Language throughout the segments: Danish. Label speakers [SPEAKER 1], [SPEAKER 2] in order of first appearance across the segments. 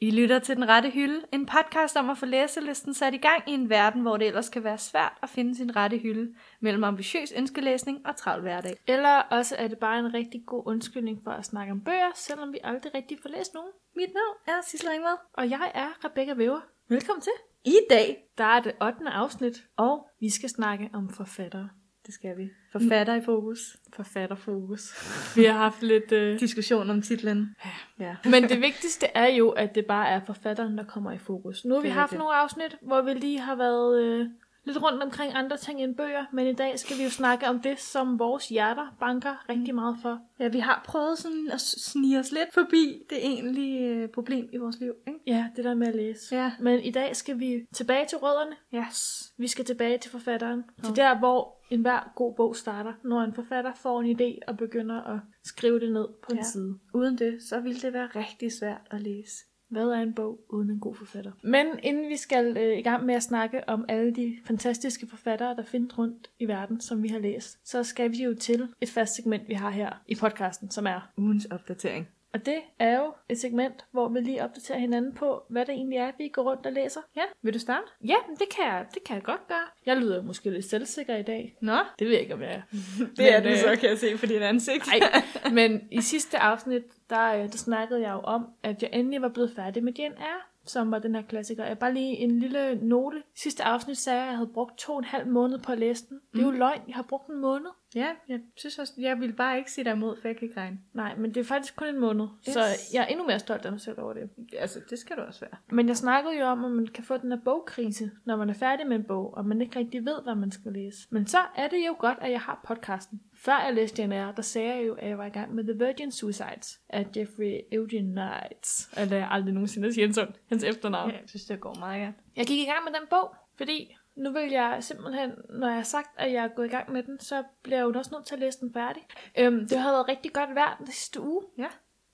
[SPEAKER 1] lytter til Den Rette Hylde, en podcast om at få læselisten sat i gang i en verden, hvor det ellers kan være svært at finde sin rette hylde mellem ambitiøs ønskelæsning og travl hverdag.
[SPEAKER 2] Eller også er det bare en rigtig god undskyldning for at snakke om bøger, selvom vi aldrig rigtig får læst nogen.
[SPEAKER 1] Mit navn er Sissel Ringvad.
[SPEAKER 2] Og jeg er Rebecca Væver. Velkommen til.
[SPEAKER 1] I dag,
[SPEAKER 2] Der er det 8. afsnit, og vi skal snakke om forfattere. Det skal vi.
[SPEAKER 1] forfatter i fokus.
[SPEAKER 2] Forfatterfokus. Vi har haft lidt... Øh...
[SPEAKER 1] Diskussion om titlen.
[SPEAKER 2] Ja. Men det vigtigste er jo, at det bare er forfatteren, der kommer i fokus. Nu har vi
[SPEAKER 1] Det er
[SPEAKER 2] haft
[SPEAKER 1] rigtigt.
[SPEAKER 2] nogle afsnit, hvor vi lige har været øh, lidt rundt omkring andre ting end bøger, men i dag skal vi jo snakke om det, som vores hjerter banker rigtig
[SPEAKER 1] Mm.
[SPEAKER 2] meget for.
[SPEAKER 1] Ja, vi har prøvet sådan at s- snige os lidt forbi det egentlige øh, problem i vores liv, ikke?
[SPEAKER 2] Ja, det der med at læse.
[SPEAKER 1] Ja.
[SPEAKER 2] Men i dag skal vi tilbage til rødderne.
[SPEAKER 1] Yes.
[SPEAKER 2] Vi skal tilbage til forfatteren. Til der, hvor enhver god bog starter, når en forfatter får en idé og begynder at skrive det ned på en
[SPEAKER 1] Ja.
[SPEAKER 2] side.
[SPEAKER 1] Uden det, så ville det være rigtig svært at læse.
[SPEAKER 2] Hvad er en bog uden en god forfatter? Men inden vi skal øh, i gang med at snakke om alle de fantastiske forfattere, der findes rundt i verden, som vi har læst, så skal vi jo til et fast segment, vi har her i podcasten, som er.
[SPEAKER 1] Ugens opdatering.
[SPEAKER 2] Og det er jo et segment, hvor vi lige opdaterer hinanden på, hvad det egentlig er, vi går rundt og læser.
[SPEAKER 1] Ja, vil du starte?
[SPEAKER 2] Ja, men det kan jeg, det kan jeg godt gøre. Jeg lyder måske lidt selvsikker i dag.
[SPEAKER 1] Nå,
[SPEAKER 2] Det ved jeg ikke, om jeg er.
[SPEAKER 1] det er
[SPEAKER 2] Men,
[SPEAKER 1] du
[SPEAKER 2] øh,
[SPEAKER 1] så, kan jeg se på dit ansigt.
[SPEAKER 2] Nej, men i sidste afsnit, der, øh, der snakkede jeg jo om, at jeg endelig var blevet færdig med Jane Eyre, som var den her klassiker. Jeg bare lige en lille note. Sidste afsnit sagde jeg, at jeg havde brugt to og en halv måned på at læse den. Det er jo løgn, jeg har brugt en måned.
[SPEAKER 1] Ja, jeg synes også, jeg ville bare ikke sige dig imod, for jeg kan ikke regne.
[SPEAKER 2] Nej, men det er faktisk kun en måned, yes. så
[SPEAKER 1] Yes.
[SPEAKER 2] jeg er endnu mere stolt af mig selv over det.
[SPEAKER 1] Altså, det skal du også være.
[SPEAKER 2] Men jeg snakkede jo om, at man kan få den her bogkrise, når man er færdig med en bog, og man ikke rigtig ved, hvad man skal læse. Men så er det jo godt, at jeg har podcasten. Før jeg læste DNR, der sagde jeg jo, at jeg var i gang med The Virgin Suicides af Jeffrey Eugene Knight. Eller jeg aldrig nogensinde siger hans, hans efternavn.
[SPEAKER 1] jeg synes, det går meget godt.
[SPEAKER 2] Jeg gik i gang med den bog, fordi nu vil jeg simpelthen, når jeg har sagt, at jeg er gået i gang med den, så bliver jeg jo også nødt til at læse den færdig. Øhm, det havde været rigtig godt vejr den sidste uge,
[SPEAKER 1] Ja.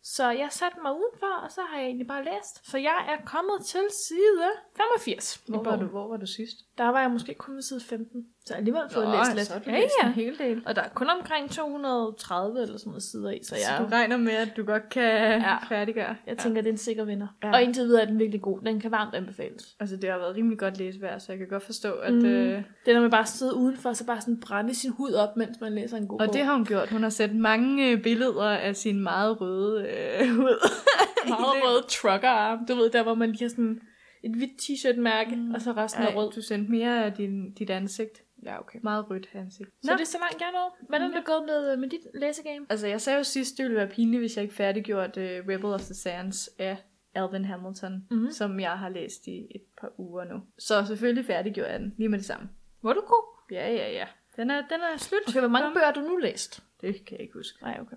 [SPEAKER 2] så jeg satte mig udenfor, og så har jeg egentlig bare læst. Så jeg er kommet til side 85 i
[SPEAKER 1] Hvor var,
[SPEAKER 2] bogen.
[SPEAKER 1] du, hvor var du sidst?
[SPEAKER 2] Der var jeg måske kun ved side 15, så jeg alligevel har fået
[SPEAKER 1] Nå,
[SPEAKER 2] læst lidt.
[SPEAKER 1] så har du læst en hel del.
[SPEAKER 2] Og der er kun omkring 230 eller sådan noget sider i, så
[SPEAKER 1] Så
[SPEAKER 2] jeg,
[SPEAKER 1] du regner med, at du godt kan
[SPEAKER 2] Ja.
[SPEAKER 1] ja. færdiggøre?
[SPEAKER 2] jeg tænker, det er en sikker vinder.
[SPEAKER 1] Ja.
[SPEAKER 2] Og indtil videre er den virkelig god. Den kan varmt anbefales.
[SPEAKER 1] Altså, det har været rimelig godt læsevær, så jeg kan godt forstå, at...
[SPEAKER 2] Mm.
[SPEAKER 1] Mm. Øh...
[SPEAKER 2] Det er, når man bare sidder udenfor, og så bare sådan brænde sin hud op, mens man læser en god
[SPEAKER 1] Og
[SPEAKER 2] bog.
[SPEAKER 1] det har hun gjort. Hun har sendt mange øh, billeder af sin meget røde øh, hud.
[SPEAKER 2] meget rød truckerarm. Du ved, der hvor man lige har sådan et hvidt t-shirt-mærke, mm. og så resten er
[SPEAKER 1] Ej,
[SPEAKER 2] rød.
[SPEAKER 1] du sendte mere af din, dit ansigt.
[SPEAKER 2] Ja, okay.
[SPEAKER 1] Meget rødt ansigt.
[SPEAKER 2] Så det er så langt, jeg er nået. Hvordan
[SPEAKER 1] Mm.
[SPEAKER 2] er det gået med, med dit læsegame?
[SPEAKER 1] Altså, jeg sagde jo sidst, det ville være pinligt, hvis jeg ikke færdiggjorde uh, Rebel of the Sands af Alvin Hamilton,
[SPEAKER 2] Mhm.
[SPEAKER 1] mm-hmm. som jeg har læst i et par uger nu. Så selvfølgelig færdiggjorde jeg den lige med det samme.
[SPEAKER 2] Var du god?
[SPEAKER 1] Ja, ja, ja. Den er, den er slut.
[SPEAKER 2] Okay, hvor mange bøger har du nu læst?
[SPEAKER 1] Det kan jeg ikke huske.
[SPEAKER 2] Nej, okay.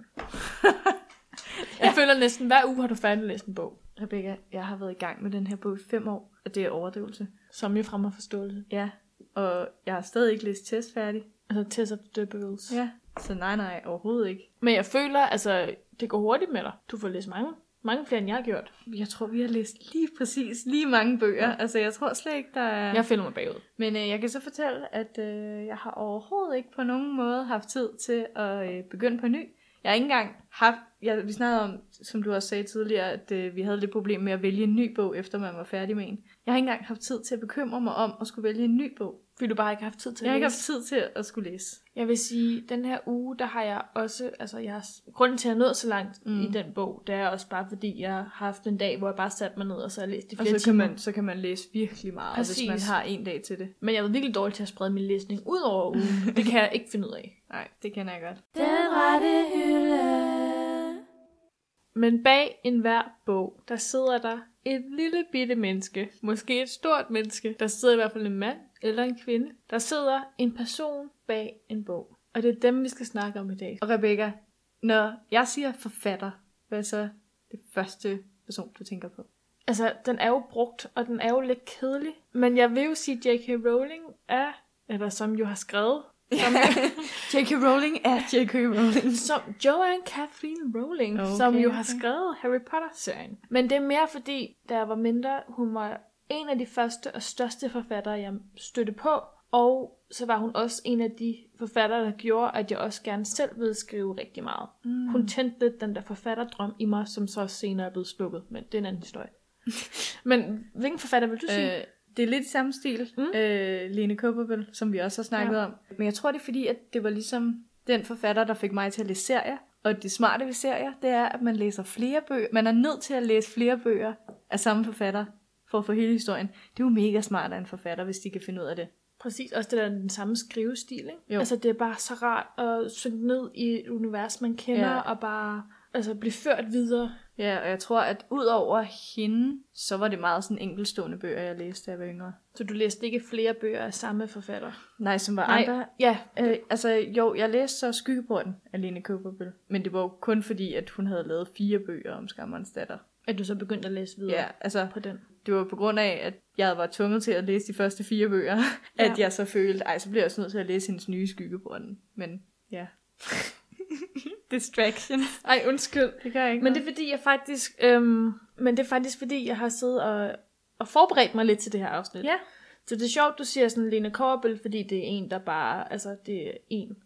[SPEAKER 2] jeg føler næsten, hver uge har du færdiglæst en bog,
[SPEAKER 1] Rebecca, jeg har været i gang med den her bog i fem år, og det er overdrivelse.
[SPEAKER 2] som jo fremmer forståelse.
[SPEAKER 1] Ja, og jeg har stadig ikke læst test færdig.
[SPEAKER 2] Altså Tess of the Døbevils.
[SPEAKER 1] Ja. Så nej, nej, overhovedet ikke.
[SPEAKER 2] Men jeg føler, altså, det går hurtigt med dig. Du får læst mange. Mange flere, end jeg har gjort.
[SPEAKER 1] Jeg tror, vi har læst lige præcis lige mange bøger. Ja. Altså, jeg tror slet ikke, der er...
[SPEAKER 2] Jeg føler mig bagud.
[SPEAKER 1] Men øh, jeg kan så fortælle, at øh, jeg har overhovedet ikke på nogen måde haft tid til at øh, begynde på ny. Jeg har ikke engang haft, jeg, vi snakkede om, som du også sagde tidligere, at øh, vi havde lidt problem med at vælge en ny bog, efter man var færdig med en. Jeg har ikke engang haft tid til at bekymre mig om at skulle vælge en ny bog.
[SPEAKER 2] Fordi du bare ikke har haft tid til
[SPEAKER 1] Jeg har
[SPEAKER 2] at
[SPEAKER 1] ikke
[SPEAKER 2] læse.
[SPEAKER 1] haft tid til at skulle læse.
[SPEAKER 2] Jeg vil sige, den her uge, der har jeg også, altså jeg har, grunden til, at jeg nåede så langt mm. i den bog, det er også bare fordi, jeg har haft en dag, hvor jeg bare satte mig ned, og så har jeg læst i
[SPEAKER 1] Og
[SPEAKER 2] flere
[SPEAKER 1] så
[SPEAKER 2] timer.
[SPEAKER 1] kan, man, så kan man læse virkelig meget,
[SPEAKER 2] Præcis.
[SPEAKER 1] hvis man har en dag til det.
[SPEAKER 2] Men jeg var virkelig dårlig til at sprede min læsning ud over ugen. det kan jeg ikke finde ud af.
[SPEAKER 1] Nej, det kender jeg godt.
[SPEAKER 2] Den rette hylde. Men bag enhver bog, der sidder der et lille bitte menneske, måske et stort menneske, der sidder i hvert fald en mand eller en kvinde, der sidder en person bag en bog. Og det er dem, vi skal snakke om i dag.
[SPEAKER 1] Og Rebecca, når jeg siger forfatter, hvad er så det første person, du tænker på?
[SPEAKER 2] Altså, den er jo brugt, og den er jo lidt kedelig. Men jeg vil jo sige, at J.K. Rowling er, eller som jo har skrevet,
[SPEAKER 1] J.K. Rowling er J.K. Rowling.
[SPEAKER 2] som Joanne Kathleen Rowling, okay,
[SPEAKER 1] Okay,
[SPEAKER 2] som jo
[SPEAKER 1] okay.
[SPEAKER 2] har skrevet Harry Potter-serien. Men det er mere fordi, da jeg var mindre, hun var en af de første og største forfattere, jeg stødte på. Og så var hun også en af de forfattere, der gjorde, at jeg også gerne selv ville skrive rigtig meget. Mm. Hun tændte lidt den der forfatterdrøm i mig, som så senere er blevet slukket, men det er en anden historie. Men hvilken forfatter vil du sige?
[SPEAKER 1] Øh, det er lidt i samme stil,
[SPEAKER 2] Mm.
[SPEAKER 1] mm. øh, Lene Kåberbøl, som vi også har snakket
[SPEAKER 2] Ja.
[SPEAKER 1] ja. om. Men jeg tror, det er fordi, at det var ligesom den forfatter, der fik mig til at læse serier. Og det smarte ved serier, det er, at man læser flere bøger. Man er nødt til at læse flere bøger af samme forfatter, for at få hele historien. Det er jo mega smart af en forfatter, hvis de kan finde ud af det.
[SPEAKER 2] Præcis, også det der den samme skrivestil, ikke?
[SPEAKER 1] Jo.
[SPEAKER 2] Altså det er bare så rart at synke ned i et univers, man kender, ja.
[SPEAKER 1] Ja.
[SPEAKER 2] og bare altså, blive ført videre.
[SPEAKER 1] Ja, og jeg tror, at ud over hende, så var det meget sådan enkelstående bøger, jeg læste, da jeg var yngre.
[SPEAKER 2] Så du læste ikke flere bøger af samme forfatter?
[SPEAKER 1] Nej, som var andre.
[SPEAKER 2] ja.
[SPEAKER 1] Øh, altså, jo, jeg læste så Skyggeporten af Lene Kåberbøl. Men det var jo kun fordi, at hun havde lavet fire bøger om Skammerens datter.
[SPEAKER 2] At du så begyndte at læse videre
[SPEAKER 1] Ja, altså,
[SPEAKER 2] på den.
[SPEAKER 1] det var på grund af, at jeg var tvunget til at læse de første fire bøger,
[SPEAKER 2] Ja.
[SPEAKER 1] ja. at jeg så følte, ej, så bliver jeg også nødt til at læse hendes nye Skyggeporten. Men ja. Distraction.
[SPEAKER 2] Ej, undskyld.
[SPEAKER 1] Det gør jeg ikke
[SPEAKER 2] Men det er fordi, jeg faktisk... Øhm, men det er faktisk fordi, jeg har siddet og, og forberedt mig lidt til det her afsnit.
[SPEAKER 1] Ja.
[SPEAKER 2] Så det er sjovt, du siger sådan Lene Korbel, fordi det er en, der bare... Altså, det er en,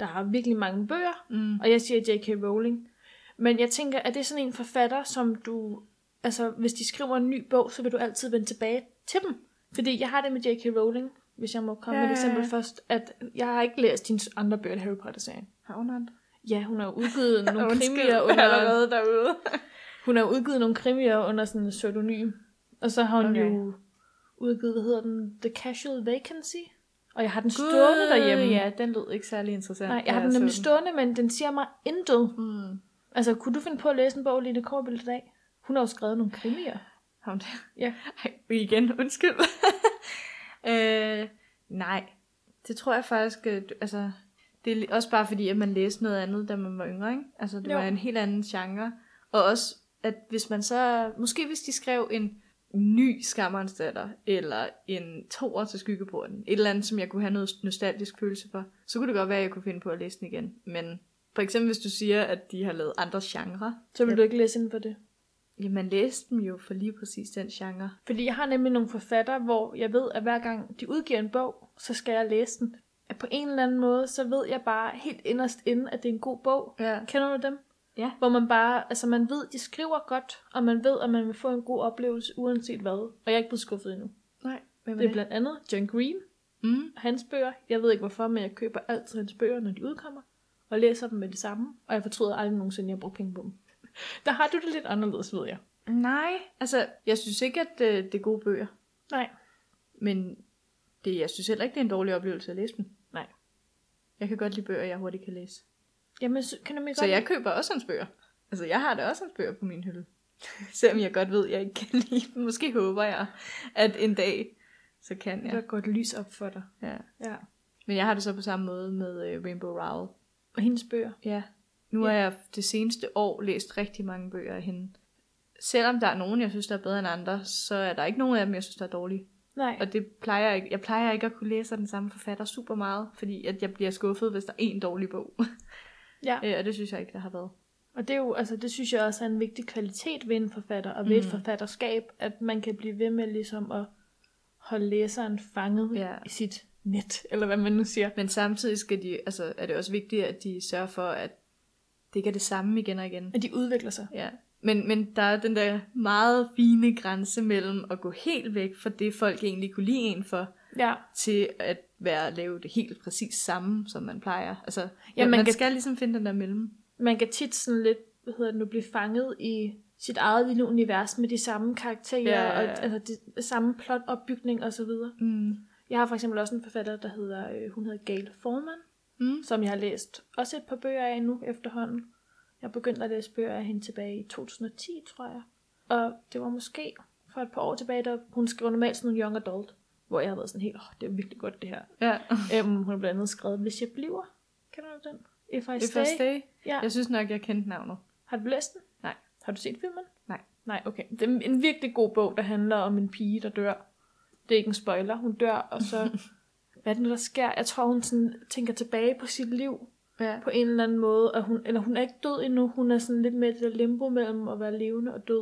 [SPEAKER 2] der har virkelig mange bøger.
[SPEAKER 1] Mm.
[SPEAKER 2] Og jeg siger J.K. Rowling. Men jeg tænker, er det sådan en forfatter, som du... Altså, hvis de skriver en ny bog, så vil du altid vende tilbage til dem. Fordi jeg har det med J.K. Rowling, hvis jeg må komme ja.
[SPEAKER 1] Ja,
[SPEAKER 2] med et
[SPEAKER 1] ja, ja.
[SPEAKER 2] eksempel først, at jeg har ikke læst hendes andre bøger i Harry Potter-serien.
[SPEAKER 1] Har hun andre?
[SPEAKER 2] Ja, hun har jo udgivet nogle
[SPEAKER 1] Undskyld,
[SPEAKER 2] krimier under
[SPEAKER 1] allerede derude.
[SPEAKER 2] hun har udgivet nogle krimier under sådan en pseudonym. Og så har hun okay.
[SPEAKER 1] Okay.
[SPEAKER 2] jo udgivet, hvad hedder den, The Casual Vacancy. Og jeg har den stående derhjemme.
[SPEAKER 1] Ja, den lød ikke særlig interessant.
[SPEAKER 2] Nej,
[SPEAKER 1] da
[SPEAKER 2] jeg har den
[SPEAKER 1] så
[SPEAKER 2] nemlig stående, men den siger mig intet.
[SPEAKER 1] Mm.
[SPEAKER 2] Altså, kunne du finde på at læse en bog, Line Korbel, i dag? Hun har jo skrevet nogle krimier.
[SPEAKER 1] Har hun det?
[SPEAKER 2] Ja.
[SPEAKER 1] Ej, igen, undskyld. øh, nej, det tror jeg faktisk, øh, du- altså, det er li- også bare fordi, at man læste noget andet, da man var yngre, ikke? Altså, det
[SPEAKER 2] Jo.
[SPEAKER 1] jo. var en helt anden genre. Og også, at hvis man så, måske hvis de skrev en ny skammerens datter, eller en toer til skyggeporten, et eller andet, som jeg kunne have noget nostalgisk følelse for, så kunne det godt være, at jeg kunne finde på at læse den igen. Men for eksempel, hvis du siger, at de har lavet andre genrer,
[SPEAKER 2] Så vil
[SPEAKER 1] Ja.
[SPEAKER 2] du ikke læse ind på det.
[SPEAKER 1] jamen man læste dem jo for lige præcis den genre.
[SPEAKER 2] Fordi jeg har nemlig nogle forfatter, hvor jeg ved, at hver gang de udgiver en bog, så skal jeg læse den. At på en eller anden måde, så ved jeg bare helt inderst inde, at det er en god bog.
[SPEAKER 1] Ja.
[SPEAKER 2] Kender du dem?
[SPEAKER 1] Ja.
[SPEAKER 2] Hvor man bare, altså man ved, de skriver godt, og man ved, at man vil få en god oplevelse uanset hvad. Og jeg er ikke blevet skuffet endnu.
[SPEAKER 1] Nej, hvem
[SPEAKER 2] Det er blandt andet John Green
[SPEAKER 1] Mm.
[SPEAKER 2] og hans bøger. Jeg ved ikke hvorfor, men jeg køber altid hans bøger, når de udkommer. Og læser dem med det samme. Og jeg fortryder aldrig nogensinde, at jeg brugte penge på dem. Der har du det lidt anderledes, ved jeg.
[SPEAKER 1] Nej, altså, jeg synes ikke, at øh, det er gode bøger,
[SPEAKER 2] Nej.
[SPEAKER 1] men det, jeg synes heller ikke, det er en dårlig oplevelse at læse dem.
[SPEAKER 2] Nej.
[SPEAKER 1] Jeg kan godt lide bøger, jeg hurtigt kan læse.
[SPEAKER 2] Jamen, så kan du mig
[SPEAKER 1] Så jeg køber også hans bøger. Altså, jeg har da også hans bøger på min hylde. Selvom jeg godt ved, at jeg ikke kan lide dem. Måske håber jeg, at en dag, så kan
[SPEAKER 2] Der
[SPEAKER 1] jeg.
[SPEAKER 2] går et lys op for dig.
[SPEAKER 1] Ja.
[SPEAKER 2] Ja.
[SPEAKER 1] Men jeg har det så på samme måde med øh, Rainbow Rowell.
[SPEAKER 2] Og hendes bøger.
[SPEAKER 1] Ja. Nu har jeg det seneste år læst rigtig mange bøger af hende. Selvom der er nogen, jeg synes, der er bedre end andre, så er der ikke nogen af dem, jeg synes, der er dårlige.
[SPEAKER 2] Nej.
[SPEAKER 1] Og det plejer jeg ikke. Jeg plejer ikke at kunne læse af den samme forfatter super meget, fordi at jeg bliver skuffet, hvis der er en dårlig bog.
[SPEAKER 2] Ja.
[SPEAKER 1] Øh, og det synes jeg ikke, der har været.
[SPEAKER 2] Og det er jo, altså det synes jeg også er en vigtig kvalitet ved en forfatter og ved mm. et
[SPEAKER 1] Mm.
[SPEAKER 2] forfatterskab, at man kan blive ved med ligesom at holde læseren fanget ja.
[SPEAKER 1] Ja.
[SPEAKER 2] i sit net, eller hvad man nu siger.
[SPEAKER 1] Men samtidig skal de, altså, er det også vigtigt, at de sørger for, at det ikke er det samme igen og igen.
[SPEAKER 2] At de udvikler sig.
[SPEAKER 1] Ja. Men, men der er den der meget fine grænse mellem at gå helt væk fra det, folk egentlig kunne lide en for,
[SPEAKER 2] Ja.
[SPEAKER 1] til at være at lave det helt præcis samme, som man plejer. Altså, ja,
[SPEAKER 2] man
[SPEAKER 1] man, man
[SPEAKER 2] kan-
[SPEAKER 1] skal ligesom finde den der mellem.
[SPEAKER 2] Man kan tit sådan lidt, hvad hedder det nu, blive fanget i sit eget lille univers med de samme karakterer
[SPEAKER 1] Ja, ja, ja.
[SPEAKER 2] og altså det samme plotopbygning og så videre.
[SPEAKER 1] Mm.
[SPEAKER 2] Jeg har for eksempel også en forfatter, der hedder, øh, hun hedder Gail Forman,
[SPEAKER 1] Mm.
[SPEAKER 2] som jeg har læst også et par bøger af nu efterhånden. Jeg begyndte at læse bøger af hende tilbage i 2010, tror jeg. Og det var måske for et par år tilbage, da hun skrev normalt sådan nogle young adult, hvor jeg har været sådan helt, åh, oh, det er virkelig godt det her.
[SPEAKER 1] Ja.
[SPEAKER 2] øhm, hun har blandt andet skrevet, Hvis jeg bliver. Kender du den? If I,
[SPEAKER 1] If I
[SPEAKER 2] stay.
[SPEAKER 1] stay.
[SPEAKER 2] Ja.
[SPEAKER 1] Jeg synes nok, jeg kendte navnet.
[SPEAKER 2] Har du læst den?
[SPEAKER 1] Nej.
[SPEAKER 2] Har du set filmen?
[SPEAKER 1] Nej.
[SPEAKER 2] Nej, okay. Det er en virkelig god bog, der handler om en pige, der dør. Det er ikke en spoiler. Hun dør, og så... hvad er det nu, der sker? Jeg tror, hun sådan tænker tilbage på sit liv,
[SPEAKER 1] Ja.
[SPEAKER 2] på en eller anden måde, og hun, eller hun er ikke død endnu, hun er sådan lidt med i det der limbo mellem at være levende og død,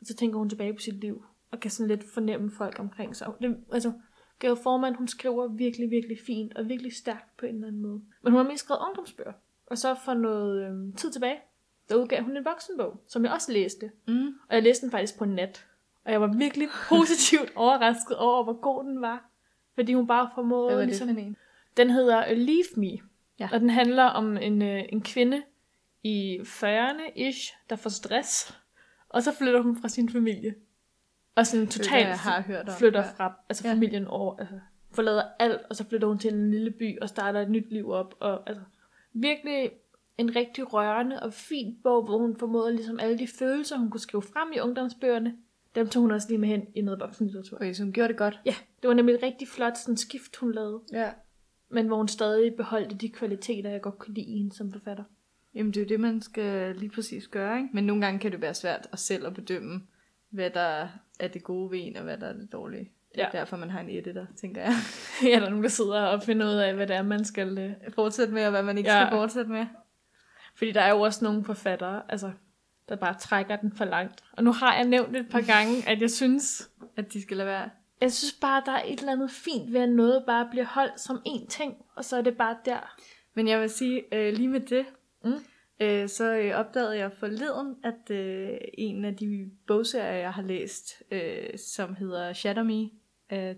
[SPEAKER 2] og så tænker hun tilbage på sit liv, og kan sådan lidt fornemme folk omkring sig. Og Det, altså, Gail Forman, hun skriver virkelig, virkelig fint, og virkelig stærkt på en eller anden måde. Men hun har mest skrevet ungdomsbøger, og så for noget øhm, tid tilbage, der udgav hun en voksenbog, som jeg også læste,
[SPEAKER 1] Mm.
[SPEAKER 2] og jeg læste den faktisk på en nat. Og jeg var virkelig positivt overrasket over, hvor god den var. Fordi hun bare formåede...
[SPEAKER 1] Hvad var det
[SPEAKER 2] ligesom-
[SPEAKER 1] for en?
[SPEAKER 2] Den hedder øh, Leave Me,
[SPEAKER 1] Ja.
[SPEAKER 2] og den handler om en, øh, en kvinde i 40'erne-ish, der får stress, og så flytter hun fra sin familie. Og sådan totalt
[SPEAKER 1] jeg har hørt om.
[SPEAKER 2] flytter
[SPEAKER 1] Ja.
[SPEAKER 2] fra altså
[SPEAKER 1] Ja.
[SPEAKER 2] familien over, altså forlader alt, og så flytter hun til en lille by og starter et nyt liv op. Og, altså, virkelig en rigtig rørende og fin bog, hvor hun formåede ligesom alle de følelser, hun kunne skrive frem i ungdomsbøgerne, dem tog hun også lige med hen i noget voksenlitteratur.
[SPEAKER 1] Okay, så hun gjorde det godt.
[SPEAKER 2] Ja, det var nemlig et rigtig flot sådan, skift, hun lavede
[SPEAKER 1] Ja.
[SPEAKER 2] men hvor hun stadig beholdte de kvaliteter, jeg godt kunne lide i hende som forfatter.
[SPEAKER 1] Jamen, det er jo det, man skal lige præcis gøre, ikke? Men nogle gange kan det være svært at selv at bedømme, hvad der er det gode ved en, og hvad der er det dårlige. Det er
[SPEAKER 2] Ja.
[SPEAKER 1] ja. derfor, man har en editor, tænker jeg.
[SPEAKER 2] ja, der er nogen, der sidder og finder ud af, hvad det er, man skal... Øh.
[SPEAKER 1] Fortsæt med, og hvad man ikke
[SPEAKER 2] Ja.
[SPEAKER 1] ja. skal fortsætte med.
[SPEAKER 2] Fordi der er jo også nogle forfattere, altså, der bare trækker den for langt. Og nu har jeg nævnt et par gange, at jeg synes...
[SPEAKER 1] At de skal lade være.
[SPEAKER 2] Jeg synes bare, der er et eller andet fint ved, at noget bare bliver holdt som én ting, og så er det bare der.
[SPEAKER 1] Men jeg vil sige, øh, lige med det,
[SPEAKER 2] Mm.
[SPEAKER 1] øh, så øh, opdagede jeg forleden, at øh, en af de bogserier, jeg har læst, øh, som hedder Shatter Me af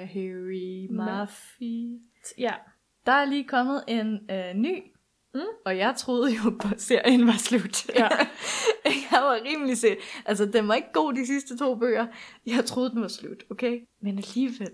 [SPEAKER 1] Tahiri Mafi,
[SPEAKER 2] Ja,
[SPEAKER 1] der er lige kommet en øh, ny,
[SPEAKER 2] Mm.
[SPEAKER 1] og jeg troede jo, at serien var slut.
[SPEAKER 2] Ja.
[SPEAKER 1] jeg var rimelig set. Altså, den var ikke god, de sidste to bøger. Jeg troede, den var slut, okay? Men alligevel,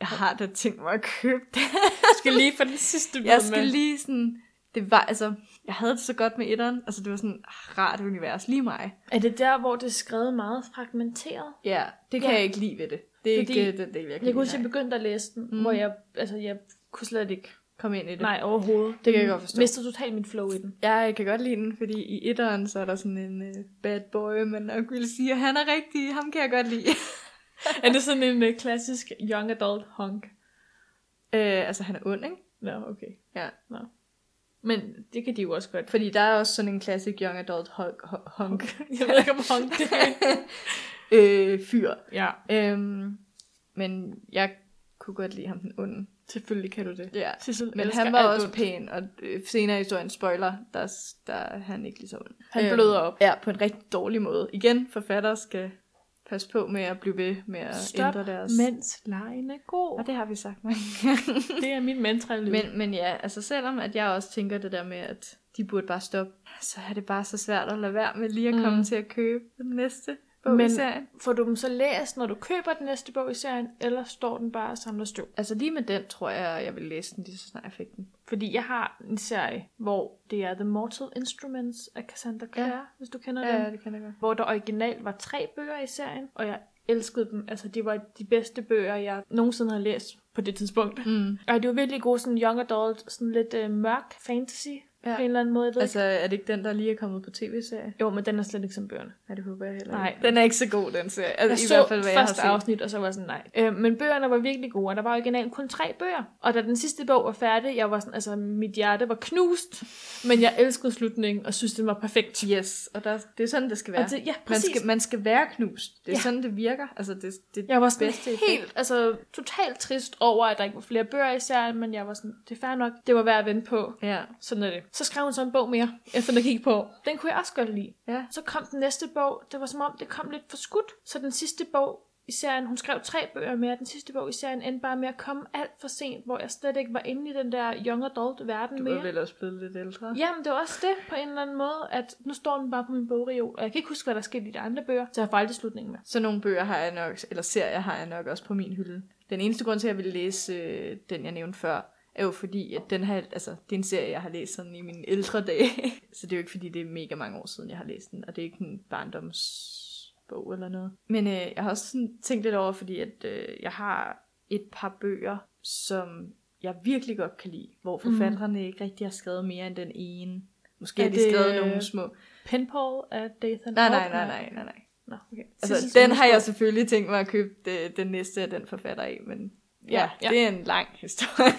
[SPEAKER 1] jeg har da tænkt mig at købe den.
[SPEAKER 2] jeg skal lige få den sidste
[SPEAKER 1] Jeg skal lige sådan... Det var, altså, jeg havde det så godt med etteren. Altså, det var sådan ah, rart univers. Lige mig.
[SPEAKER 2] Er det der, hvor det er skrevet meget fragmenteret?
[SPEAKER 1] Ja, det kan
[SPEAKER 2] Ja.
[SPEAKER 1] jeg ikke lide ved det. Det er
[SPEAKER 2] Fordi
[SPEAKER 1] Fordi ikke øh, den del, jeg kan
[SPEAKER 2] Jeg kunne
[SPEAKER 1] lide.
[SPEAKER 2] huske, at jeg begyndte at læse den, mm.
[SPEAKER 1] Mm.
[SPEAKER 2] hvor jeg, altså, jeg kunne slet ikke
[SPEAKER 1] komme ind i det.
[SPEAKER 2] Nej, overhovedet.
[SPEAKER 1] Det kan jeg godt forstå.
[SPEAKER 2] Mistede totalt mit flow i den.
[SPEAKER 1] Jeg kan godt lide den, fordi i etteren, så er der sådan en uh, bad boy, man nok ville sige, at han er rigtig, ham kan jeg godt lide.
[SPEAKER 2] er det sådan en uh, klassisk young adult honk?
[SPEAKER 1] øh, altså, han er ond, ikke?
[SPEAKER 2] Nå, okay.
[SPEAKER 1] Ja.
[SPEAKER 2] Nå. Men det kan de jo også godt.
[SPEAKER 1] Fordi der er også sådan en classic young adult hunk, hunk
[SPEAKER 2] Jeg ved ikke, om honk det er.
[SPEAKER 1] øh, fyr.
[SPEAKER 2] ja,
[SPEAKER 1] Øhm, men jeg kunne godt lide ham den onde.
[SPEAKER 2] selvfølgelig kan du det.
[SPEAKER 1] Ja.
[SPEAKER 2] Sissel
[SPEAKER 1] Men
[SPEAKER 2] elsker
[SPEAKER 1] han var
[SPEAKER 2] alt
[SPEAKER 1] også
[SPEAKER 2] ondt.
[SPEAKER 1] pæn, og øh, senere i historien, spoiler, der, der er han ikke lige så ond.
[SPEAKER 2] Han bløder op.
[SPEAKER 1] Øhm, Ja, på en rigtig dårlig måde. Igen, forfatter skal passe på med at blive ved med at
[SPEAKER 2] Stop,
[SPEAKER 1] ændre deres...
[SPEAKER 2] mens lejen er god.
[SPEAKER 1] Og det har vi sagt mange gange.
[SPEAKER 2] Det er min mantra i livet.
[SPEAKER 1] men, men ja, altså selvom at jeg også tænker det der med, at de burde bare stoppe, så er det bare så svært at lade være med lige at
[SPEAKER 2] Mm.
[SPEAKER 1] komme mm. til at købe den næste bog
[SPEAKER 2] Men-
[SPEAKER 1] i serien.
[SPEAKER 2] Får du dem så læst, når du køber den næste bog i serien, eller står den bare og samler støv?
[SPEAKER 1] Altså lige med den, tror jeg, jeg vil læse den lige så snart jeg fik den.
[SPEAKER 2] Fordi jeg har en serie, hvor det er The Mortal Instruments af Cassandra Clare, ja. hvis du kender den.
[SPEAKER 1] det kan jeg godt.
[SPEAKER 2] hvor der originalt var tre bøger i serien, og jeg elskede dem. Altså, de var de bedste bøger, jeg nogensinde har læst på det tidspunkt.
[SPEAKER 1] Mm.
[SPEAKER 2] Og det var virkelig gode sådan young adult, sådan lidt øh, mørk fantasy ja.
[SPEAKER 1] Ja.
[SPEAKER 2] på en eller anden måde. Jeg ved
[SPEAKER 1] Altså er det ikke den, der lige er kommet på tv-serie?
[SPEAKER 2] ikke. Jo, men den er slet ikke som bøgerne.
[SPEAKER 1] Nej, det håber jeg heller
[SPEAKER 2] Nej.
[SPEAKER 1] ikke. Den er ikke så god, den serie. Altså,
[SPEAKER 2] Jeg
[SPEAKER 1] I
[SPEAKER 2] så
[SPEAKER 1] hvert fald, hvad jeg har
[SPEAKER 2] første
[SPEAKER 1] set.
[SPEAKER 2] afsnit, og så var jeg sådan, nej. Øh, men bøgerne var virkelig gode, og der var originalt kun tre bøger. Og da den sidste bog var færdig, jeg var sådan, altså mit hjerte var knust, men jeg elskede slutningen, og synes, den var perfekt.
[SPEAKER 1] Yes, og der, det er sådan, det skal være.
[SPEAKER 2] Og det, ja,
[SPEAKER 1] man,
[SPEAKER 2] præcis.
[SPEAKER 1] skal, man skal være knust. Det er
[SPEAKER 2] Ja.
[SPEAKER 1] ja. sådan, det virker. Altså, det, det,
[SPEAKER 2] Jeg var sådan
[SPEAKER 1] bedste
[SPEAKER 2] helt,
[SPEAKER 1] effekt.
[SPEAKER 2] altså totalt trist over, at der ikke var flere bøger i serien, men jeg var sådan, det er fair nok, det var værd at vente på.
[SPEAKER 1] Ja.
[SPEAKER 2] Sådan er det. Så skrev hun så en bog mere, efter den gik på. Den kunne jeg også godt lide.
[SPEAKER 1] ja.
[SPEAKER 2] Så kom den næste bog, det var som om, det kom lidt for skudt. Så den sidste bog i serien, hun skrev tre bøger mere, den sidste bog i serien endte bare med at komme alt for sent, hvor jeg slet ikke var inde i den der young adult verden
[SPEAKER 1] Du
[SPEAKER 2] mere.
[SPEAKER 1] er vel også blevet lidt ældre.
[SPEAKER 2] Jamen, det var også det på en eller anden måde, at nu står den bare på min bogreol, og jeg kan ikke huske, hvad der skete i de andre bøger, så jeg får aldrig slutningen med.
[SPEAKER 1] Så nogle bøger har jeg nok, eller serier har jeg nok også på min hylde. Den eneste grund til, at jeg ville læse øh, den, jeg nævnte før, er jo fordi, at den her, altså, det er en serie, jeg har læst sådan i mine ældre dage. så det er jo ikke fordi, det er mega mange år siden, jeg har læst den, og det er ikke en barndomsbog eller noget. Men øh, jeg har også sådan tænkt lidt over, fordi at, øh, jeg har et par bøger, som jeg virkelig godt kan lide, hvor forfatterne mm. ikke rigtig har skrevet mere end den ene. Måske
[SPEAKER 2] Mhm. Er
[SPEAKER 1] har de
[SPEAKER 2] det,
[SPEAKER 1] skrevet
[SPEAKER 2] øh,
[SPEAKER 1] nogle små...
[SPEAKER 2] Pinball af Dathan
[SPEAKER 1] Nej, nej,
[SPEAKER 2] Altman.
[SPEAKER 1] nej, nej, nej, nej.
[SPEAKER 2] Nå, okay. Sissel,
[SPEAKER 1] Altså,
[SPEAKER 2] så
[SPEAKER 1] den
[SPEAKER 2] nu
[SPEAKER 1] har jeg
[SPEAKER 2] skal-
[SPEAKER 1] selvfølgelig tænkt mig at købe det, den næste af den forfatter af, men
[SPEAKER 2] Ja,
[SPEAKER 1] ja,
[SPEAKER 2] ja.
[SPEAKER 1] ja, det er en lang historie.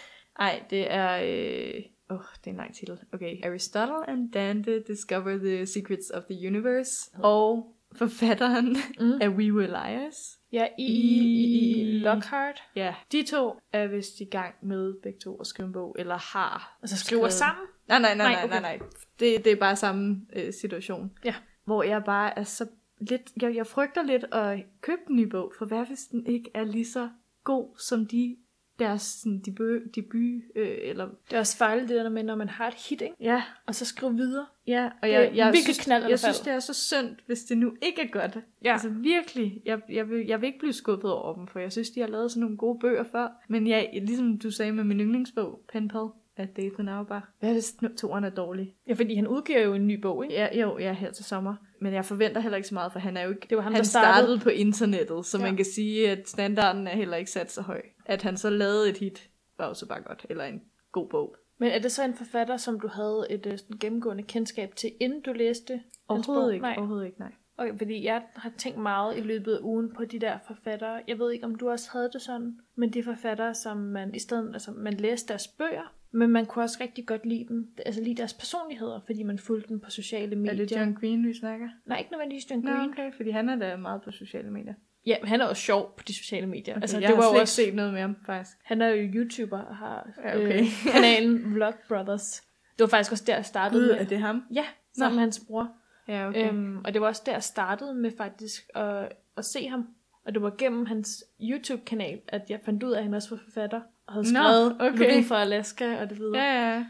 [SPEAKER 1] Ej, det er... Øh... Oh, det er en lang titel. Okay. Aristotle and Dante discover the secrets of the universe. Og forfatteren
[SPEAKER 2] Mm.
[SPEAKER 1] mm. af We Were Liars.
[SPEAKER 2] Ja, i, i, i, i Lockhart.
[SPEAKER 1] Ja, de to er vist i gang med begge to at skrive en bog, eller har.
[SPEAKER 2] Altså skriver
[SPEAKER 1] skrevet-
[SPEAKER 2] sammen.
[SPEAKER 1] Nej, nej, nej,
[SPEAKER 2] Nej,
[SPEAKER 1] nej,
[SPEAKER 2] okay.
[SPEAKER 1] nej, nej. Det, det er bare samme øh, situation.
[SPEAKER 2] Ja.
[SPEAKER 1] Hvor jeg bare er så lidt, jeg, jeg frygter lidt at købe en ny bog, for hvad hvis den ikke er lige så god som de deres sådan, debut, debut øh, eller
[SPEAKER 2] Det er også fejl det der med, når man har et hit, ikke?
[SPEAKER 1] ja,
[SPEAKER 2] og så skrive videre.
[SPEAKER 1] ja, og
[SPEAKER 2] Det
[SPEAKER 1] jeg,
[SPEAKER 2] er
[SPEAKER 1] jeg,
[SPEAKER 2] virkelig
[SPEAKER 1] synes,
[SPEAKER 2] knald eller
[SPEAKER 1] jeg synes,
[SPEAKER 2] fald.
[SPEAKER 1] det er så synd, hvis det nu ikke er godt.
[SPEAKER 2] Ja.
[SPEAKER 1] Altså virkelig, jeg, jeg, vil, jeg vil ikke blive skuffet over dem, for jeg synes, de har lavet sådan nogle gode bøger før. Men ja, ligesom du sagde med min yndlingsbog, Penpal, af David Auerbach. Hvad hvis nu- toeren er dårlig?
[SPEAKER 2] Ja, fordi han udgiver jo en ny bog, ikke?
[SPEAKER 1] Ja, jo, jeg er her til sommer. Men jeg forventer heller ikke så meget, for han er jo ikke...
[SPEAKER 2] Det var ham,
[SPEAKER 1] han
[SPEAKER 2] der
[SPEAKER 1] startede.
[SPEAKER 2] startede.
[SPEAKER 1] startede på internettet, så ja.
[SPEAKER 2] Ja.
[SPEAKER 1] man kan sige, at standarden er heller ikke sat så høj. At han så lavede et hit, var jo så bare godt. Eller en god bog.
[SPEAKER 2] Men er det så en forfatter, som du havde et øh, sådan gennemgående kendskab til, inden du læste hans bog?
[SPEAKER 1] Overhovedet ikke,
[SPEAKER 2] Nej.
[SPEAKER 1] overhovedet ikke, nej.
[SPEAKER 2] Okay, fordi jeg har tænkt meget i løbet af ugen på de der forfattere. Jeg ved ikke, om du også havde det sådan, men de forfattere, som man i stedet, altså man læste deres bøger, men man kunne også rigtig godt lide dem, altså lide deres personligheder, fordi man fulgte dem på sociale medier.
[SPEAKER 1] Er det John Green, vi snakker?
[SPEAKER 2] Nej, ikke nødvendigvis John Green.
[SPEAKER 1] Nå, okay, fordi han er da meget på sociale medier.
[SPEAKER 2] Ja, men han er også sjov på de sociale medier.
[SPEAKER 1] Okay,
[SPEAKER 2] altså,
[SPEAKER 1] jeg
[SPEAKER 2] det var
[SPEAKER 1] har slet
[SPEAKER 2] jo
[SPEAKER 1] ikke
[SPEAKER 2] også,
[SPEAKER 1] set noget med ham, faktisk.
[SPEAKER 2] han er jo YouTuber og har
[SPEAKER 1] Ja, okay.
[SPEAKER 2] øh, kanalen Vlog Brothers. Det var faktisk også der, jeg startede
[SPEAKER 1] Gud,
[SPEAKER 2] med.
[SPEAKER 1] er det ham?
[SPEAKER 2] Ja, sammen med hans bror.
[SPEAKER 1] Ja, okay.
[SPEAKER 2] Okay. Øhm, og det var også der, jeg startede med faktisk at, at se ham. Og det var gennem hans YouTube-kanal, at jeg fandt ud af, at han også var forfatter. Og havde
[SPEAKER 1] Nå,
[SPEAKER 2] skrevet
[SPEAKER 1] okay.
[SPEAKER 2] Lykken fra Alaska og det videre. Ja.
[SPEAKER 1] ja, ja.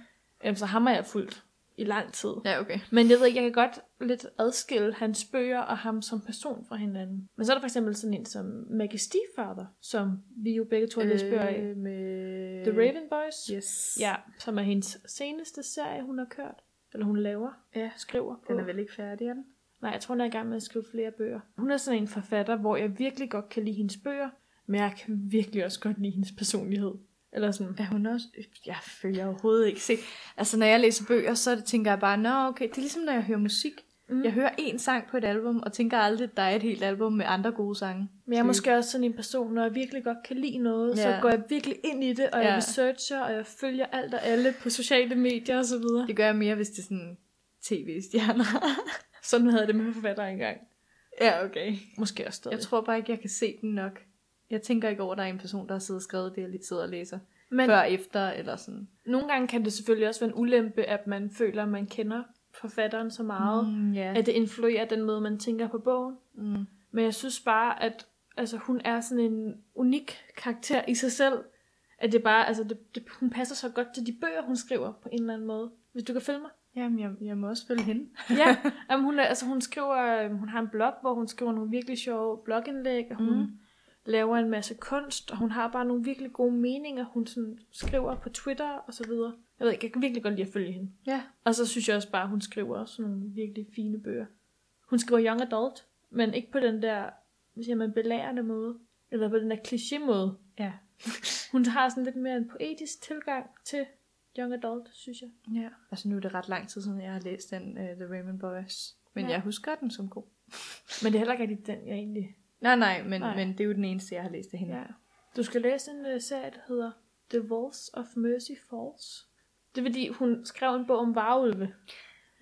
[SPEAKER 2] Øhm, så ham har jeg fulgt i lang tid. Ja.
[SPEAKER 1] Ja, okay.
[SPEAKER 2] Men jeg ved ikke, jeg kan godt lidt adskille hans bøger og ham som person fra hinanden. Men så er der for eksempel sådan en som Maggie Stiefvater, som vi jo begge to har læst bøger
[SPEAKER 1] Øh,
[SPEAKER 2] af.
[SPEAKER 1] med...
[SPEAKER 2] The Raven Boys.
[SPEAKER 1] Yes.
[SPEAKER 2] Ja, som er hendes seneste serie, hun har kørt. Eller hun laver,
[SPEAKER 1] ja.
[SPEAKER 2] skriver på.
[SPEAKER 1] Den er vel ikke færdig, er den?
[SPEAKER 2] Nej, jeg tror, hun er i gang med at skrive flere bøger. Hun er sådan en forfatter, hvor jeg virkelig godt kan lide hendes bøger, men jeg kan virkelig også godt lide hendes personlighed. Eller sådan.
[SPEAKER 1] Er hun også? Jeg følger overhovedet ikke. Se, altså når jeg læser bøger, så tænker jeg bare, nå okay, det er ligesom når jeg hører musik. Mm.
[SPEAKER 2] Mm.
[SPEAKER 1] Jeg hører én sang på et album, og tænker aldrig, at der er et helt album med andre gode sange.
[SPEAKER 2] Men jeg er måske også sådan en person, når jeg virkelig godt kan lide noget, ja.
[SPEAKER 1] Ja.
[SPEAKER 2] så går jeg virkelig ind i det, og ja.
[SPEAKER 1] Ja.
[SPEAKER 2] jeg researcher, og jeg følger alt og alle på sociale medier osv.
[SPEAKER 1] Det gør jeg mere, hvis det er sådan tv-stjerner.
[SPEAKER 2] Sådan havde jeg det med forfattere engang.
[SPEAKER 1] ja, okay.
[SPEAKER 2] Måske også stadig.
[SPEAKER 1] Jeg tror bare ikke, jeg kan se den nok. Jeg tænker ikke over, at der er en person, der har siddet og skrevet det, jeg lige sidder og læser.
[SPEAKER 2] men
[SPEAKER 1] Før, efter eller sådan.
[SPEAKER 2] nogle gange kan det selvfølgelig også være en ulempe, at man føler, at man kender forfatteren så meget,
[SPEAKER 1] Mm, ja.
[SPEAKER 2] at det influerer den måde, man tænker på bogen.
[SPEAKER 1] Mm.
[SPEAKER 2] Men jeg synes bare, at altså, hun er sådan en unik karakter i sig selv. At det bare, altså, det, det, hun passer så godt til de bøger, hun skriver på en eller anden måde. Hvis du kan følge mig.
[SPEAKER 1] Jamen, jeg, jeg må også følge hende.
[SPEAKER 2] Ja, jamen, hun, er, altså, hun skriver, øhm, hun har en blog, hvor hun skriver nogle virkelig sjove blogindlæg, og hun
[SPEAKER 1] Mm.
[SPEAKER 2] mm. laver en masse kunst, og hun har bare nogle virkelig gode meninger, hun sådan, skriver på Twitter og så videre. Jeg ved ikke, jeg kan virkelig godt lide at følge hende.
[SPEAKER 1] Ja.
[SPEAKER 2] Og så synes jeg også bare, at hun skriver sådan nogle virkelig fine bøger. Hun skriver young adult, men ikke på den der, hvad siger man, belærende måde. Eller på den der kliché måde.
[SPEAKER 1] Ja.
[SPEAKER 2] Hun har sådan lidt mere en poetisk tilgang til young adult, synes jeg.
[SPEAKER 1] ja. Altså nu er det ret lang tid siden, jeg har læst den uh, The Raymond Boys. Men ja.
[SPEAKER 2] Ja.
[SPEAKER 1] jeg husker den som god.
[SPEAKER 2] Men det er heller ikke rigtig den, jeg egentlig...
[SPEAKER 1] Nej, nej, men, nej.
[SPEAKER 2] Nej.
[SPEAKER 1] men det er jo den eneste, jeg har læst af hende.
[SPEAKER 2] Ja. Du skal læse en uh, serie, der hedder The Walls of Mercy Falls. Det er fordi, hun skrev en bog om varulve.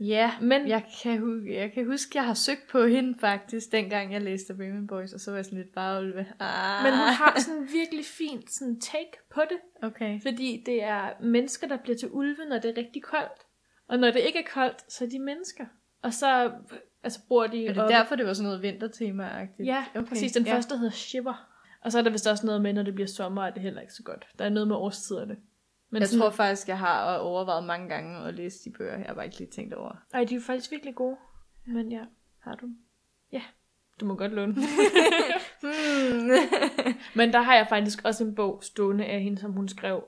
[SPEAKER 1] ja
[SPEAKER 2] Men
[SPEAKER 1] jeg kan, hu- jeg kan huske, jeg har søgt på hende faktisk, dengang jeg læste Raymond Boys, og så var jeg sådan lidt bare ulve. Ah.
[SPEAKER 2] Men hun har sådan en virkelig fint sådan take på det.
[SPEAKER 1] Okay.
[SPEAKER 2] Fordi det er mennesker, der bliver til ulve, når det er rigtig koldt. Og når det ikke er koldt, så er de mennesker. Og så altså, bruger de...
[SPEAKER 1] Er det
[SPEAKER 2] op-
[SPEAKER 1] derfor, det var sådan noget vintertema-agtigt?
[SPEAKER 2] Ja,
[SPEAKER 1] okay.
[SPEAKER 2] okay. præcis. Den
[SPEAKER 1] ja.
[SPEAKER 2] ja. første hedder Shiver. Og så er der vist også noget med, når det bliver sommer, at det heller ikke så godt. Der er noget med årstiderne. Men
[SPEAKER 1] Jeg tror faktisk, jeg har overvejet mange gange at læse de bøger, jeg har bare ikke lige tænkt over.
[SPEAKER 2] Ej, de er faktisk virkelig gode. Men ja,
[SPEAKER 1] Har du?
[SPEAKER 2] du må godt låne dem.
[SPEAKER 1] Hmm.
[SPEAKER 2] Men der har jeg faktisk også en bog stående af hende, som hun skrev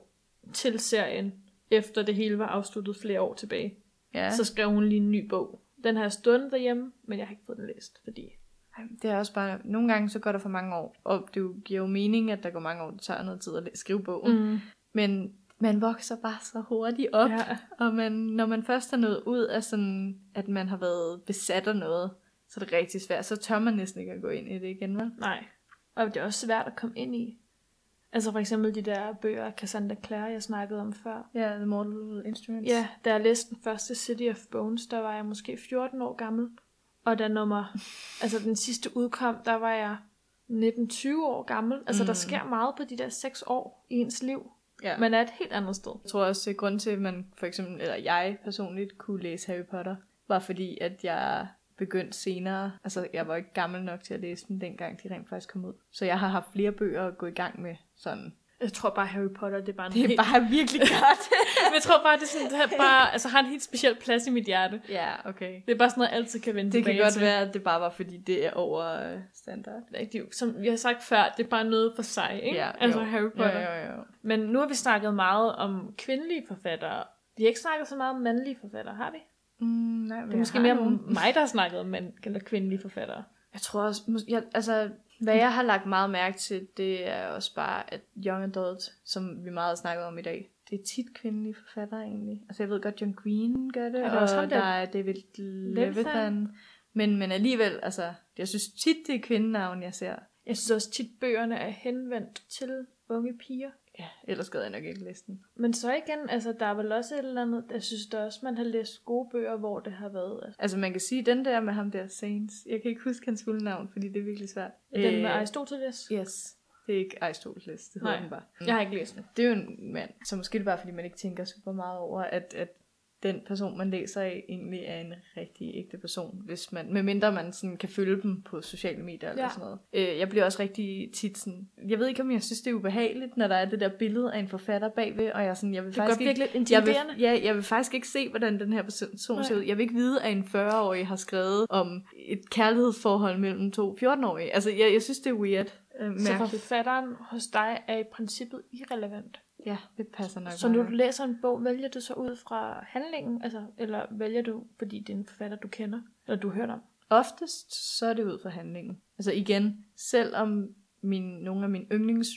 [SPEAKER 2] til serien, efter det hele var afsluttet flere år tilbage.
[SPEAKER 1] ja.
[SPEAKER 2] Ja. Så skrev hun lige en ny bog. Den har jeg stående derhjemme, men jeg har ikke fået den læst, fordi
[SPEAKER 1] Ej, Det er også bare, nogle gange så går der for mange år, og det jo giver jo mening, at der går mange år, det tager noget tid at læ- skrive bogen. Mm. Men man vokser bare så hurtigt op, ja.
[SPEAKER 2] Ja.
[SPEAKER 1] og man, når man først er nået ud af sådan, at man har været besat af noget, så er det rigtig svært. Så tør man næsten ikke at gå ind i det igen, vel?
[SPEAKER 2] Nej. Og det er også svært at komme ind i. Altså for eksempel de der bøger af Cassandra Clare, jeg snakkede om før.
[SPEAKER 1] Ja, The Mortal Instruments.
[SPEAKER 2] Ja, da jeg læste den første City of Bones, der var jeg måske 14 år gammel. Og da nummer, altså den sidste udkom, der var jeg 19-20 år gammel. Altså mm. der
[SPEAKER 1] Mm.
[SPEAKER 2] sker meget på de der 6 år i ens liv.
[SPEAKER 1] ja. Men
[SPEAKER 2] Man er et helt andet sted.
[SPEAKER 1] jeg tror også, at grunden til, at man for eksempel, eller jeg personligt, kunne læse Harry Potter, var fordi, at jeg begyndt senere. Altså, jeg var ikke gammel nok til at læse den, dengang de rent faktisk kom ud. Så jeg har haft flere bøger at gå i gang med sådan.
[SPEAKER 2] Jeg tror bare, Harry Potter, det er bare en
[SPEAKER 1] Det er
[SPEAKER 2] helt-
[SPEAKER 1] bare virkelig godt.
[SPEAKER 2] Men jeg tror bare, det er sådan, det er bare, altså, har en helt speciel plads i mit hjerte.
[SPEAKER 1] ja, okay.
[SPEAKER 2] Det er bare sådan noget, jeg altid kan vende
[SPEAKER 1] Det kan
[SPEAKER 2] tilbage
[SPEAKER 1] godt
[SPEAKER 2] til.
[SPEAKER 1] være, at det bare var, fordi det er over øh, standard.
[SPEAKER 2] Rigtigt. Som vi har sagt før, det er bare noget for sig, ikke?
[SPEAKER 1] Ja,
[SPEAKER 2] altså
[SPEAKER 1] jo.
[SPEAKER 2] Harry
[SPEAKER 1] Jo,
[SPEAKER 2] Potter.
[SPEAKER 1] jo, jo.
[SPEAKER 2] Men nu har vi snakket meget om kvindelige forfattere. Vi har ikke snakket så meget om mandlige forfattere, har vi?
[SPEAKER 1] Mm, nej, men
[SPEAKER 2] Det er måske mere nogen. mig, der har snakket om mand eller kvindelige forfattere.
[SPEAKER 1] Jeg tror også, mås- jeg, altså, hvad jeg har lagt meget mærke til, det er også bare, at young adult, som vi meget har snakket om i dag, det er tit kvindelige forfattere egentlig. Altså jeg ved godt, John Green gør det,
[SPEAKER 2] Er
[SPEAKER 1] ja,
[SPEAKER 2] det
[SPEAKER 1] og
[SPEAKER 2] også
[SPEAKER 1] der,
[SPEAKER 2] ham, der-
[SPEAKER 1] der er David Levithan. Men, men alligevel, altså, jeg synes tit, det er kvindenavn, jeg ser.
[SPEAKER 2] Jeg synes også tit, bøgerne er henvendt til unge piger.
[SPEAKER 1] Ja, ellers gad jeg nok ikke læse den.
[SPEAKER 2] Men så igen, altså der er vel også et eller andet, jeg synes da også, man har læst gode bøger, hvor det har været. Altså,
[SPEAKER 1] Altså man kan sige, den der med ham der, Saints, jeg kan ikke huske hans fulde navn, fordi det er virkelig svært.
[SPEAKER 2] den med
[SPEAKER 1] Øh,
[SPEAKER 2] Aristoteles.
[SPEAKER 1] Yes. Det er ikke Aristoteles, det hedder
[SPEAKER 2] Nej.
[SPEAKER 1] den bare.
[SPEAKER 2] Jeg har ikke læst den.
[SPEAKER 1] Det er jo en mand, så måske det er bare, fordi man ikke tænker super meget over, at, at den person, man læser af, egentlig er en rigtig ægte person, hvis man, medmindre man sådan kan følge dem på sociale medier eller
[SPEAKER 2] Ja.
[SPEAKER 1] sådan noget. Øh, jeg bliver også rigtig tit sådan, jeg ved ikke, om jeg synes, det er ubehageligt, når der er det der billede af en forfatter bagved, og jeg er sådan, jeg vil
[SPEAKER 2] Det er
[SPEAKER 1] faktisk
[SPEAKER 2] godt
[SPEAKER 1] ikke...
[SPEAKER 2] virkelig
[SPEAKER 1] Jeg vil,
[SPEAKER 2] intimiderende.
[SPEAKER 1] ja, jeg vil faktisk ikke se, hvordan den her person ser
[SPEAKER 2] Nej.
[SPEAKER 1] ud. Jeg vil ikke vide, at en 40-årig har skrevet om et kærlighedsforhold mellem to 14-årige. Altså, jeg, jeg synes, det er weird. Øh,
[SPEAKER 2] Så
[SPEAKER 1] mærkeligt.
[SPEAKER 2] forfatteren hos dig er i princippet irrelevant.
[SPEAKER 1] Ja, det passer nok.
[SPEAKER 2] Så når
[SPEAKER 1] meget
[SPEAKER 2] du læser en bog, vælger du så ud fra handlingen, altså, eller vælger du, fordi det er en forfatter, du kender, eller du har hørt om?
[SPEAKER 1] Oftest så er det ud fra handlingen. Altså igen, selvom min, nogle af mine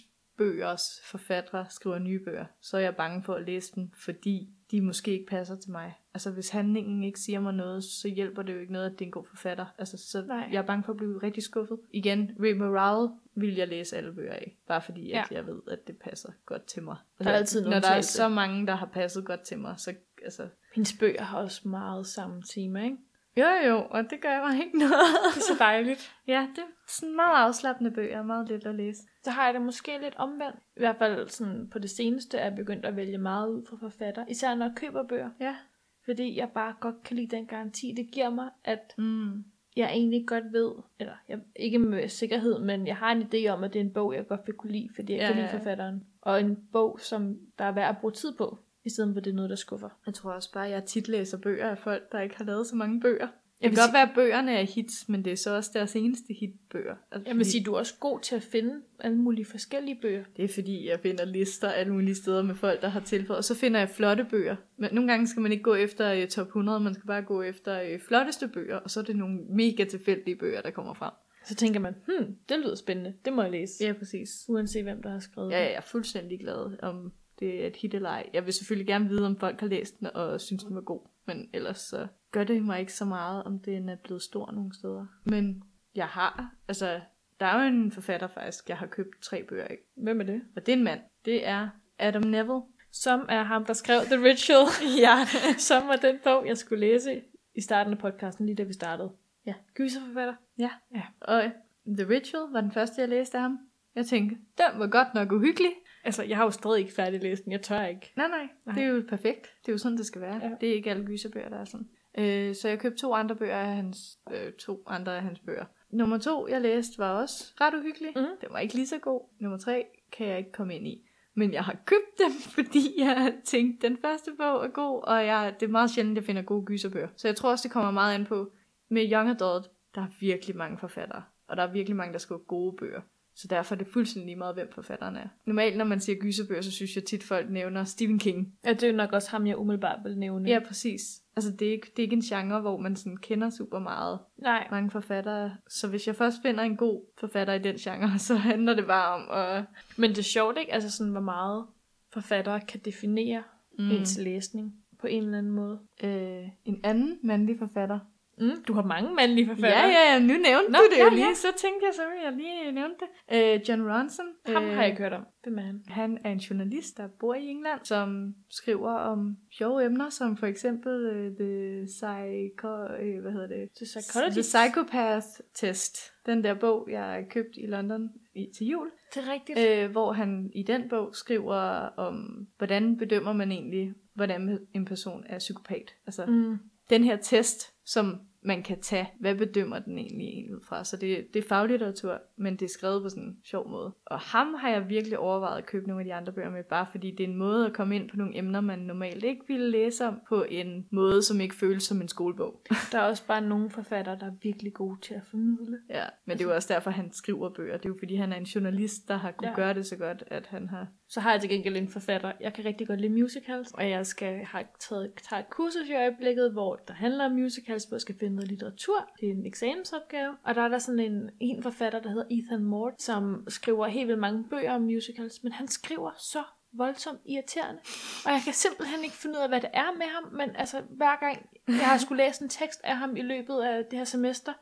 [SPEAKER 1] yndlingsbøgers forfattere skriver nye bøger, så er jeg bange for at læse dem, fordi de måske ikke passer til mig. Altså hvis handlingen ikke siger mig noget, så hjælper det jo ikke noget, at det er en god forfatter. Altså så
[SPEAKER 2] Nej.
[SPEAKER 1] Nej. jeg er bange for at blive rigtig skuffet. Igen, Ray Morale vil jeg læse alle bøger af, bare fordi at
[SPEAKER 2] Ja.
[SPEAKER 1] jeg ved, at det passer godt til mig.
[SPEAKER 2] Der er altid en
[SPEAKER 1] Når der er
[SPEAKER 2] undtagelse.
[SPEAKER 1] så mange, der har passet godt til mig, så altså...
[SPEAKER 2] Hendes bøger har også meget samme tema, ikke?
[SPEAKER 1] Jo jo, og det gør mig ikke noget.
[SPEAKER 2] Det er så dejligt.
[SPEAKER 1] Ja, det er sådan meget afslappende bøger, meget let at læse.
[SPEAKER 2] Så har jeg det måske lidt omvendt. I hvert fald sådan på det seneste er jeg begyndt at vælge meget ud fra forfatter. Især når jeg køber bøger.
[SPEAKER 1] Ja.
[SPEAKER 2] Fordi jeg bare godt kan lide den garanti, det giver mig, at
[SPEAKER 1] Mm.
[SPEAKER 2] jeg egentlig godt ved, eller jeg, ikke med sikkerhed, men jeg har en idé om, at det er en bog, jeg godt vil kunne lide, fordi jeg
[SPEAKER 1] Ja,
[SPEAKER 2] ja, kan lide
[SPEAKER 1] ja, ja.
[SPEAKER 2] forfatteren. Og en bog, som der er værd at bruge tid på, i stedet for det er noget, der skuffer.
[SPEAKER 1] Jeg tror også bare, at jeg tit læser bøger af folk, der ikke har lavet så mange bøger.
[SPEAKER 2] Jeg
[SPEAKER 1] Jeg
[SPEAKER 2] vil
[SPEAKER 1] kan godt være, at bøgerne er hits, men det er så også deres eneste hitbøger. Altså,
[SPEAKER 2] Jeg vil sige, du er også god til at finde alle mulige forskellige bøger.
[SPEAKER 1] Det er fordi, jeg finder lister alle mulige steder med folk, der har tilføjet, og så finder jeg flotte bøger. Men nogle gange skal man ikke gå efter øh, top 100, man skal bare gå efter øh, flotteste bøger, og så er det nogle mega tilfældige bøger, der kommer frem.
[SPEAKER 2] Så tænker man, hmm, det lyder spændende, det må jeg læse.
[SPEAKER 1] Ja, præcis.
[SPEAKER 2] Uanset hvem, der har skrevet
[SPEAKER 1] Ja, ja,
[SPEAKER 2] det.
[SPEAKER 1] jeg er fuldstændig glad, om det er et hit eller ej. Jeg vil selvfølgelig gerne vide, om folk har læst den og synes, den var god. Men ellers så gør det mig ikke så meget, om den er blevet stor nogle steder. Men jeg har, altså, der er jo en forfatter faktisk, jeg har købt tre bøger af.
[SPEAKER 2] Hvem er det?
[SPEAKER 1] Og det er en mand. Det er Adam Neville.
[SPEAKER 2] Som er ham, der skrev The Ritual,
[SPEAKER 1] Ja.
[SPEAKER 2] som var den bog, jeg skulle læse i starten af podcasten, lige da vi startede.
[SPEAKER 1] Ja.
[SPEAKER 2] Gyserforfatter.
[SPEAKER 1] ja.
[SPEAKER 2] Ja.
[SPEAKER 1] Og The Ritual var den første, jeg læste af ham. Jeg tænkte, den var godt nok uhyggelig.
[SPEAKER 2] Altså, jeg har jo stadig ikke færdig læst den, jeg tør ikke.
[SPEAKER 1] Nej, nej,
[SPEAKER 2] Nej.
[SPEAKER 1] nej. Det er jo perfekt. Det er jo sådan, det skal være.
[SPEAKER 2] Ja.
[SPEAKER 1] Ja. Det er ikke alle gyserbøger, der er sådan. Øh, så jeg købte to andre bøger af hans, øh, to andre af hans bøger. Nummer to, jeg læste, var også ret uhyggelig.
[SPEAKER 2] Mhm.
[SPEAKER 1] Den var ikke lige så god. Nummer tre kan jeg ikke komme ind i. Men jeg har købt dem, fordi jeg tænkte, den første bog er god, og jeg, det er meget sjældent, jeg finder gode gyserbøger. Så jeg tror også, det kommer meget an på. Med Young Adult, der er virkelig mange forfattere, og der er virkelig mange, der skriver gode bøger. Så derfor er det fuldstændig lige meget, hvem forfatteren er. Normalt, når man siger gyserbøger, så synes jeg tit, folk nævner Stephen King.
[SPEAKER 2] Ja, det er jo nok også ham, jeg umiddelbart vil nævne.
[SPEAKER 1] Ja, præcis. Altså, det er ikke, det er ikke en genre, hvor man sådan kender super meget
[SPEAKER 2] Nej,
[SPEAKER 1] mange forfattere. Så hvis jeg først finder en god forfatter i den genre, så handler det bare om at...
[SPEAKER 2] men det er sjovt, ikke? Altså sådan, hvor meget forfattere kan definere mm. ens læsning på en eller anden måde.
[SPEAKER 1] Øh, en anden mandlig forfatter.
[SPEAKER 2] Mm, du har mange mandlige
[SPEAKER 1] Ja,
[SPEAKER 2] forfattere.
[SPEAKER 1] ja, ja, nu nævnte
[SPEAKER 2] Nå,
[SPEAKER 1] Nå, du det
[SPEAKER 2] ja,
[SPEAKER 1] jo
[SPEAKER 2] ja.
[SPEAKER 1] lige. Så tænkte jeg, sorry, jeg lige nævnte det. Øh, John Ronson.
[SPEAKER 2] Ham
[SPEAKER 1] øh,
[SPEAKER 2] har jeg ikke hørt om. Hvem er han?
[SPEAKER 1] Han er en journalist, der bor i England, som skriver om sjove emner, som for eksempel uh, The, psycho, uh, hvad hedder det?
[SPEAKER 2] The Psychologist.
[SPEAKER 1] the Psychopath Test. Den der bog, jeg købte i London i, til jul.
[SPEAKER 2] Det er rigtigt.
[SPEAKER 1] Øh, hvor han i den bog skriver om, hvordan bedømmer man egentlig, hvordan en person er psykopat. Altså,
[SPEAKER 2] Mm.
[SPEAKER 1] den her test, som man kan tage. Hvad bedømmer den egentlig en ud fra? Så det, det er faglitteratur, men det er skrevet på sådan en sjov måde. Og ham har jeg virkelig overvejet at købe nogle af de andre bøger med, bare fordi det er en måde at komme ind på nogle emner, man normalt ikke ville læse om, på en måde, som ikke føles som en skolebog.
[SPEAKER 2] Der er også bare nogle forfattere, der er virkelig gode til at formidle.
[SPEAKER 1] Ja, men det er jo også derfor, han skriver bøger. Det er jo fordi, han er en journalist, der har kunne
[SPEAKER 2] Ja.
[SPEAKER 1] ja. gøre det så godt, at han har...
[SPEAKER 2] Så har jeg til gengæld en forfatter. Jeg kan rigtig godt lide musicals, og jeg skal har taget, tager et kursus i øjeblikket, hvor der handler om musicals, hvor jeg skal finde noget litteratur. Det er en eksamensopgave. Og der er der sådan en, en forfatter, der hedder Ethan Mort, som skriver helt vildt mange bøger om musicals, men han skriver så voldsomt irriterende. Og jeg kan simpelthen ikke finde ud af, hvad det er med ham, men altså hver gang jeg har skulle læse en tekst af ham i løbet af det her semester,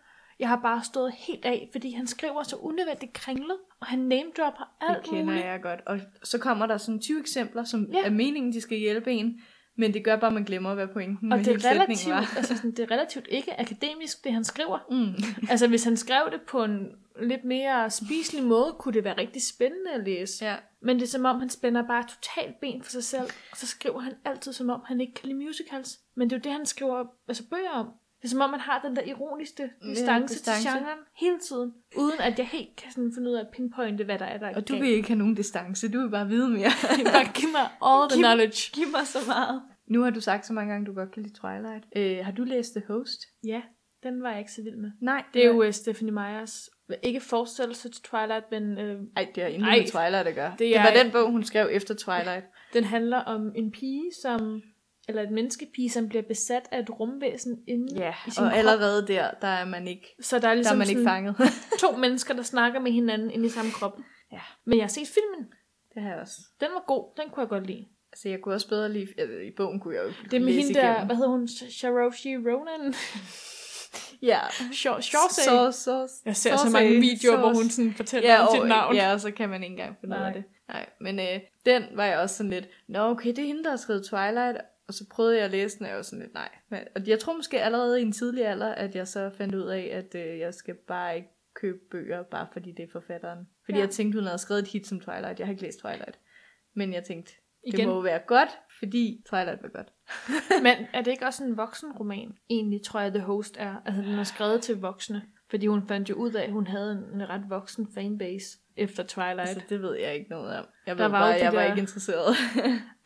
[SPEAKER 2] jeg har bare stået helt af, fordi han skriver så unødvendigt kringlet, og han namedropper alt
[SPEAKER 1] Det kender
[SPEAKER 2] muligt.
[SPEAKER 1] jeg godt. Og så kommer der sådan 20 eksempler, som
[SPEAKER 2] Ja.
[SPEAKER 1] ja. er meningen, de skal hjælpe en. Men det gør bare, at man glemmer, hvad pointen
[SPEAKER 2] Og
[SPEAKER 1] med
[SPEAKER 2] det
[SPEAKER 1] hele
[SPEAKER 2] er,
[SPEAKER 1] sætningen var.
[SPEAKER 2] relativt, altså sådan, det er relativt ikke akademisk, det han skriver.
[SPEAKER 1] Mm.
[SPEAKER 2] Altså hvis han skrev det på en lidt mere spiselig måde, kunne det være rigtig spændende at læse.
[SPEAKER 1] Ja.
[SPEAKER 2] Men det er som om, han spænder bare totalt ben for sig selv, og så skriver han altid som om, han ikke kan lide musicals. Men det er jo det, han skriver altså bøger om. Det er som om, man har den der ironiske distance,
[SPEAKER 1] distance.
[SPEAKER 2] til genren hele tiden, uden at jeg helt kan sådan finde ud af at pinpointe, hvad der er, der er
[SPEAKER 1] Og du vil ikke have nogen distance, du vil bare vide mere.
[SPEAKER 2] ikke bare give mig all the
[SPEAKER 1] Giv-
[SPEAKER 2] knowledge.
[SPEAKER 1] Giv mig så meget. Nu har du sagt så mange gange, du godt kan lide Twilight. Øh, har du læst The Host?
[SPEAKER 2] Ja, den var jeg ikke så vild med.
[SPEAKER 1] Nej,
[SPEAKER 2] Det er jo uh, Stephanie Meyers, øh, ikke forestillelse til Twilight, men øh,
[SPEAKER 1] Ej, det har intet
[SPEAKER 2] Ej,
[SPEAKER 1] med Twilight at gøre.
[SPEAKER 2] det
[SPEAKER 1] Det, det var
[SPEAKER 2] er-
[SPEAKER 1] den bog, hun skrev efter Twilight.
[SPEAKER 2] den handler om en pige, som eller et menneskepige, som bliver besat af et rumvæsen inde
[SPEAKER 1] Ja,
[SPEAKER 2] i sin
[SPEAKER 1] og
[SPEAKER 2] krop.
[SPEAKER 1] allerede der, der er man ikke,
[SPEAKER 2] Så der er
[SPEAKER 1] der er
[SPEAKER 2] ligesom
[SPEAKER 1] man ikke
[SPEAKER 2] sådan
[SPEAKER 1] fanget.
[SPEAKER 2] to mennesker, der snakker med hinanden inde i samme krop.
[SPEAKER 1] Ja.
[SPEAKER 2] Men jeg har set filmen.
[SPEAKER 1] det har jeg også.
[SPEAKER 2] Den var god. Den kunne jeg godt lide.
[SPEAKER 1] Altså, jeg kunne også bedre lide... Altså, I bogen kunne jeg jo
[SPEAKER 2] Det er med
[SPEAKER 1] læse
[SPEAKER 2] hende der,
[SPEAKER 1] igennem.
[SPEAKER 2] hvad hedder hun? Sh- Saoirse Ronan?
[SPEAKER 1] Ja.
[SPEAKER 2] Shaw-
[SPEAKER 1] Så, så,
[SPEAKER 2] Jeg ser
[SPEAKER 1] Saoirse.
[SPEAKER 2] så mange videoer, hvor hun
[SPEAKER 1] Saoirse.
[SPEAKER 2] sådan fortæller
[SPEAKER 1] Ja,
[SPEAKER 2] om
[SPEAKER 1] og,
[SPEAKER 2] sit navn.
[SPEAKER 1] ja, og så kan man ikke engang finde ud
[SPEAKER 2] Nej.
[SPEAKER 1] af det. Nej, men øh, den var jeg også sådan lidt, nå okay, det er hende, der har skrevet Twilight, og så prøvede jeg at læse den, og jeg var sådan lidt, nej. Men, og jeg tror måske allerede i en tidlig alder, at jeg så fandt ud af, at øh, jeg skal bare ikke købe bøger, bare fordi det er forfatteren. Fordi
[SPEAKER 2] Ja.
[SPEAKER 1] ja. jeg tænkte, hun havde skrevet et hit som Twilight. Jeg har ikke læst Twilight. Men jeg tænkte, det
[SPEAKER 2] Igen.
[SPEAKER 1] Igen. må jo være godt, fordi Twilight var godt.
[SPEAKER 2] Men er det ikke også en voksenroman? Egentlig tror jeg, The Host er. Altså, den er skrevet til voksne. Fordi hun fandt jo ud af, at hun havde en, en ret voksen fanbase efter Twilight.
[SPEAKER 1] Altså, det ved jeg ikke noget om. Jeg
[SPEAKER 2] Der
[SPEAKER 1] ved
[SPEAKER 2] var
[SPEAKER 1] bare,
[SPEAKER 2] jo de
[SPEAKER 1] jeg var
[SPEAKER 2] der-
[SPEAKER 1] ikke interesseret.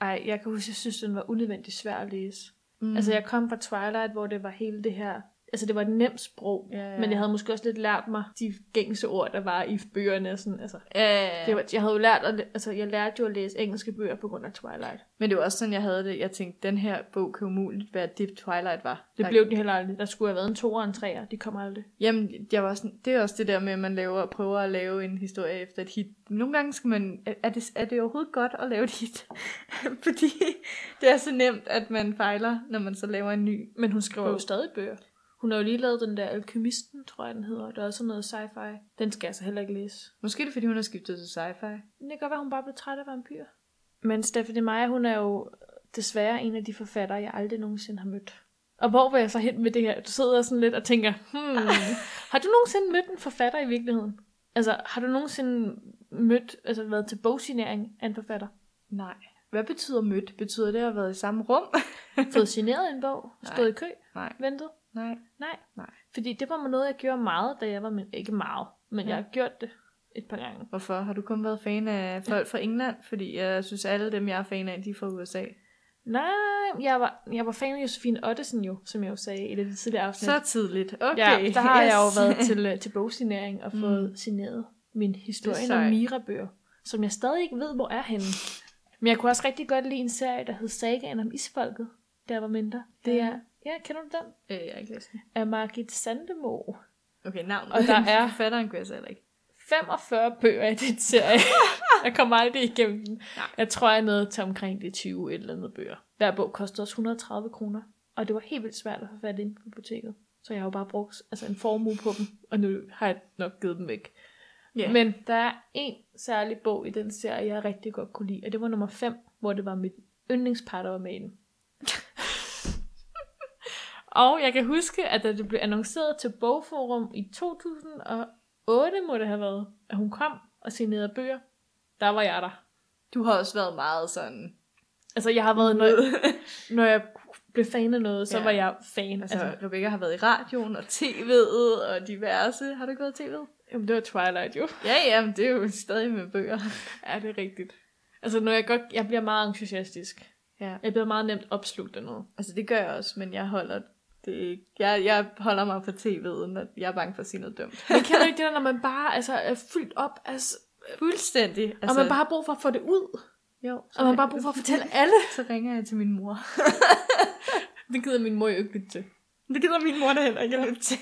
[SPEAKER 2] Ej, jeg kan huske, jeg synes, den var unødvendigt svær at læse. Mm. Altså, jeg kom fra Twilight, hvor det var hele det her... Altså, det var et nemt sprog,
[SPEAKER 1] Ja, ja.
[SPEAKER 2] men jeg havde måske også lidt lært mig de gængse ord, der var i bøgerne. Sådan, altså,
[SPEAKER 1] øh,
[SPEAKER 2] det var, jeg havde jo lært at, læ- altså, jeg lærte jo at læse engelske bøger på grund af Twilight.
[SPEAKER 1] Men det var også sådan, jeg havde det. Jeg tænkte, den her bog kan umuligt være det, Twilight var.
[SPEAKER 2] Det
[SPEAKER 1] Der-
[SPEAKER 2] blev den heller aldrig. Der skulle have været en toer og en treer. De kom aldrig.
[SPEAKER 1] Jamen, jeg var sådan, det er også det der med, at man laver, prøver at lave en historie efter et hit. Nogle gange skal man... Er er det, er det overhovedet godt at lave et hit? Fordi det er så nemt, at man fejler, når man så laver en ny.
[SPEAKER 2] Men hun skriver jo
[SPEAKER 1] Bog.
[SPEAKER 2] stadig bøger. Hun har jo lige lavet den der Alkymisten, tror jeg den hedder. Der er også noget sci-fi. Den skal jeg så heller ikke læse.
[SPEAKER 1] Måske er det, fordi hun har skiftet til sci-fi.
[SPEAKER 2] Men det kan godt være, hun bare blev træt af vampyr. Men Stephanie Meyer, hun er jo desværre en af de forfattere, jeg aldrig nogensinde har mødt. Og hvor vil jeg så hen med det her? Du sidder sådan lidt og tænker, hmm, har du nogensinde mødt en forfatter i virkeligheden? Altså, har du nogensinde mødt, altså været til bogsignering af en forfatter?
[SPEAKER 1] Nej. Hvad betyder mødt? Betyder det at have været i samme rum?
[SPEAKER 2] Fået signeret en bog? Stået i kø?
[SPEAKER 1] Nej.
[SPEAKER 2] Ventet?
[SPEAKER 1] Nej.
[SPEAKER 2] Nej.
[SPEAKER 1] Nej.
[SPEAKER 2] Fordi det var noget, jeg gjorde meget, da jeg var min... Ikke meget, men ja. jeg har gjort det et par gange.
[SPEAKER 1] Hvorfor? Har du kun været fan af folk fra England? Fordi jeg synes, alle dem, jeg er fan af, de er fra USA.
[SPEAKER 2] Nej, jeg var, jeg var fan af Josefine Ottesen jo, som jeg jo sagde i et af de tidligere afsnit.
[SPEAKER 1] Så tidligt. Okay.
[SPEAKER 2] Okay, ja, der har yes. jeg
[SPEAKER 1] yes.
[SPEAKER 2] jo været til, øh, til bogsignering og fået mm. signeret min historien om
[SPEAKER 1] sejt.
[SPEAKER 2] Mira-bøger, som jeg stadig ikke ved, hvor er henne. Men jeg kunne også rigtig godt lide en serie, der hed Sagaen om Isfolket, da jeg var mindre. Det
[SPEAKER 1] Ja.
[SPEAKER 2] er, ja, kender du den?
[SPEAKER 1] Øh, jeg har ikke læst den.
[SPEAKER 2] Af Margit Sandemo.
[SPEAKER 1] Okay, navnet.
[SPEAKER 2] Og der er-
[SPEAKER 1] Forfatteren kunne jeg så heller ikke.
[SPEAKER 2] 45 bøger i den serie. jeg kommer aldrig igennem den.
[SPEAKER 1] Nej.
[SPEAKER 2] Jeg tror, jeg nåede til omkring de 20 et eller andet bøger. Hver bog kostede også 130 kroner, og det var helt vildt svært at få fat inde på biblioteket. Så jeg har jo bare brugt altså, en formue på dem, og nu har jeg nok givet dem væk.
[SPEAKER 1] Ja.
[SPEAKER 2] Men der er en særlig bog i den serie, jeg rigtig godt kunne lide, og det var nummer 5, hvor det var mit yndlingspar, der var med i den. og jeg kan huske, at da det blev annonceret til Bogforum i 2008, må det have været, at hun kom og signerede bøger, der var jeg der.
[SPEAKER 1] Du har også været meget sådan...
[SPEAKER 2] Altså, jeg har været, når jeg, når jeg blev fan af noget, så
[SPEAKER 1] Ja.
[SPEAKER 2] var jeg fan.
[SPEAKER 1] Altså, altså, Rebecca har været i radioen og tv'et og diverse. Har du ikke været i tv'et?
[SPEAKER 2] jamen, det var Twilight jo.
[SPEAKER 1] Ja, ja, men det er jo stadig med bøger.
[SPEAKER 2] Ja, det er rigtigt. Altså, når jeg, godt, jeg bliver meget entusiastisk.
[SPEAKER 1] Ja.
[SPEAKER 2] Jeg bliver meget nemt opslugt af noget.
[SPEAKER 1] Altså, det gør jeg også, men jeg holder det ikke. Jeg, jeg holder mig på tv'et, når jeg er bange for at sige noget dumt.
[SPEAKER 2] Men kender du ikke det der, når man bare altså, er fyldt op, altså,
[SPEAKER 1] Fuldstændig. Altså,
[SPEAKER 2] altså, og man bare har brug for at få det ud?
[SPEAKER 1] jo, så
[SPEAKER 2] Og man
[SPEAKER 1] ring-
[SPEAKER 2] bare har brug for at fortælle alle?
[SPEAKER 1] Så ringer jeg til min mor.
[SPEAKER 2] Det gider min mor jo ikke lytte til.
[SPEAKER 1] Det gider min mor da heller ikke lidt til.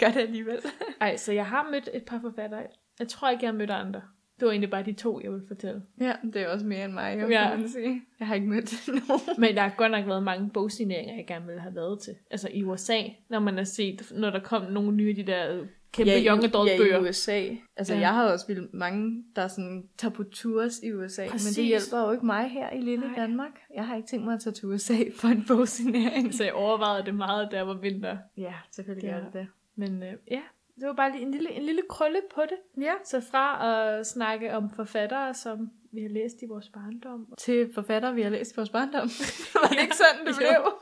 [SPEAKER 1] gør det alligevel.
[SPEAKER 2] Ej, så jeg har mødt et par forfattere. Jeg tror ikke, jeg har mødt andre. Det var egentlig bare de to, jeg ville fortælle.
[SPEAKER 1] Ja, det er også mere end mig, jo,
[SPEAKER 2] Ja.
[SPEAKER 1] kan man sige. Jeg har ikke mødt nogen.
[SPEAKER 2] Men der har godt nok været mange bogsigneringer, jeg gerne ville have været til. Altså i USA, når man har set, når der kom nogle nye af de der øh, kæmpe ja, young adult
[SPEAKER 1] ja,
[SPEAKER 2] bøger.
[SPEAKER 1] i USA. Altså,
[SPEAKER 2] Ja.
[SPEAKER 1] ja. jeg har også vildt mange, der sådan, tager på tours i USA,
[SPEAKER 2] Præcis.
[SPEAKER 1] men det hjælper jo ikke mig her i lille
[SPEAKER 2] Nej.
[SPEAKER 1] Nej. Danmark. Jeg har ikke tænkt mig at tage til USA for en bogsignering.
[SPEAKER 2] Så jeg overvejede det meget, da jeg var vinter.
[SPEAKER 1] Ja, selvfølgelig
[SPEAKER 2] Ja.
[SPEAKER 1] gør det det.
[SPEAKER 2] Men øh, ja, det var bare lige en lille, en lille krølle på det.
[SPEAKER 1] Ja.
[SPEAKER 2] Så fra at snakke om forfattere, som vi har læst i vores barndom.
[SPEAKER 1] Til forfatter, vi har læst i vores barndom. Var det ikke sådan, det
[SPEAKER 2] Jo.
[SPEAKER 1] blev?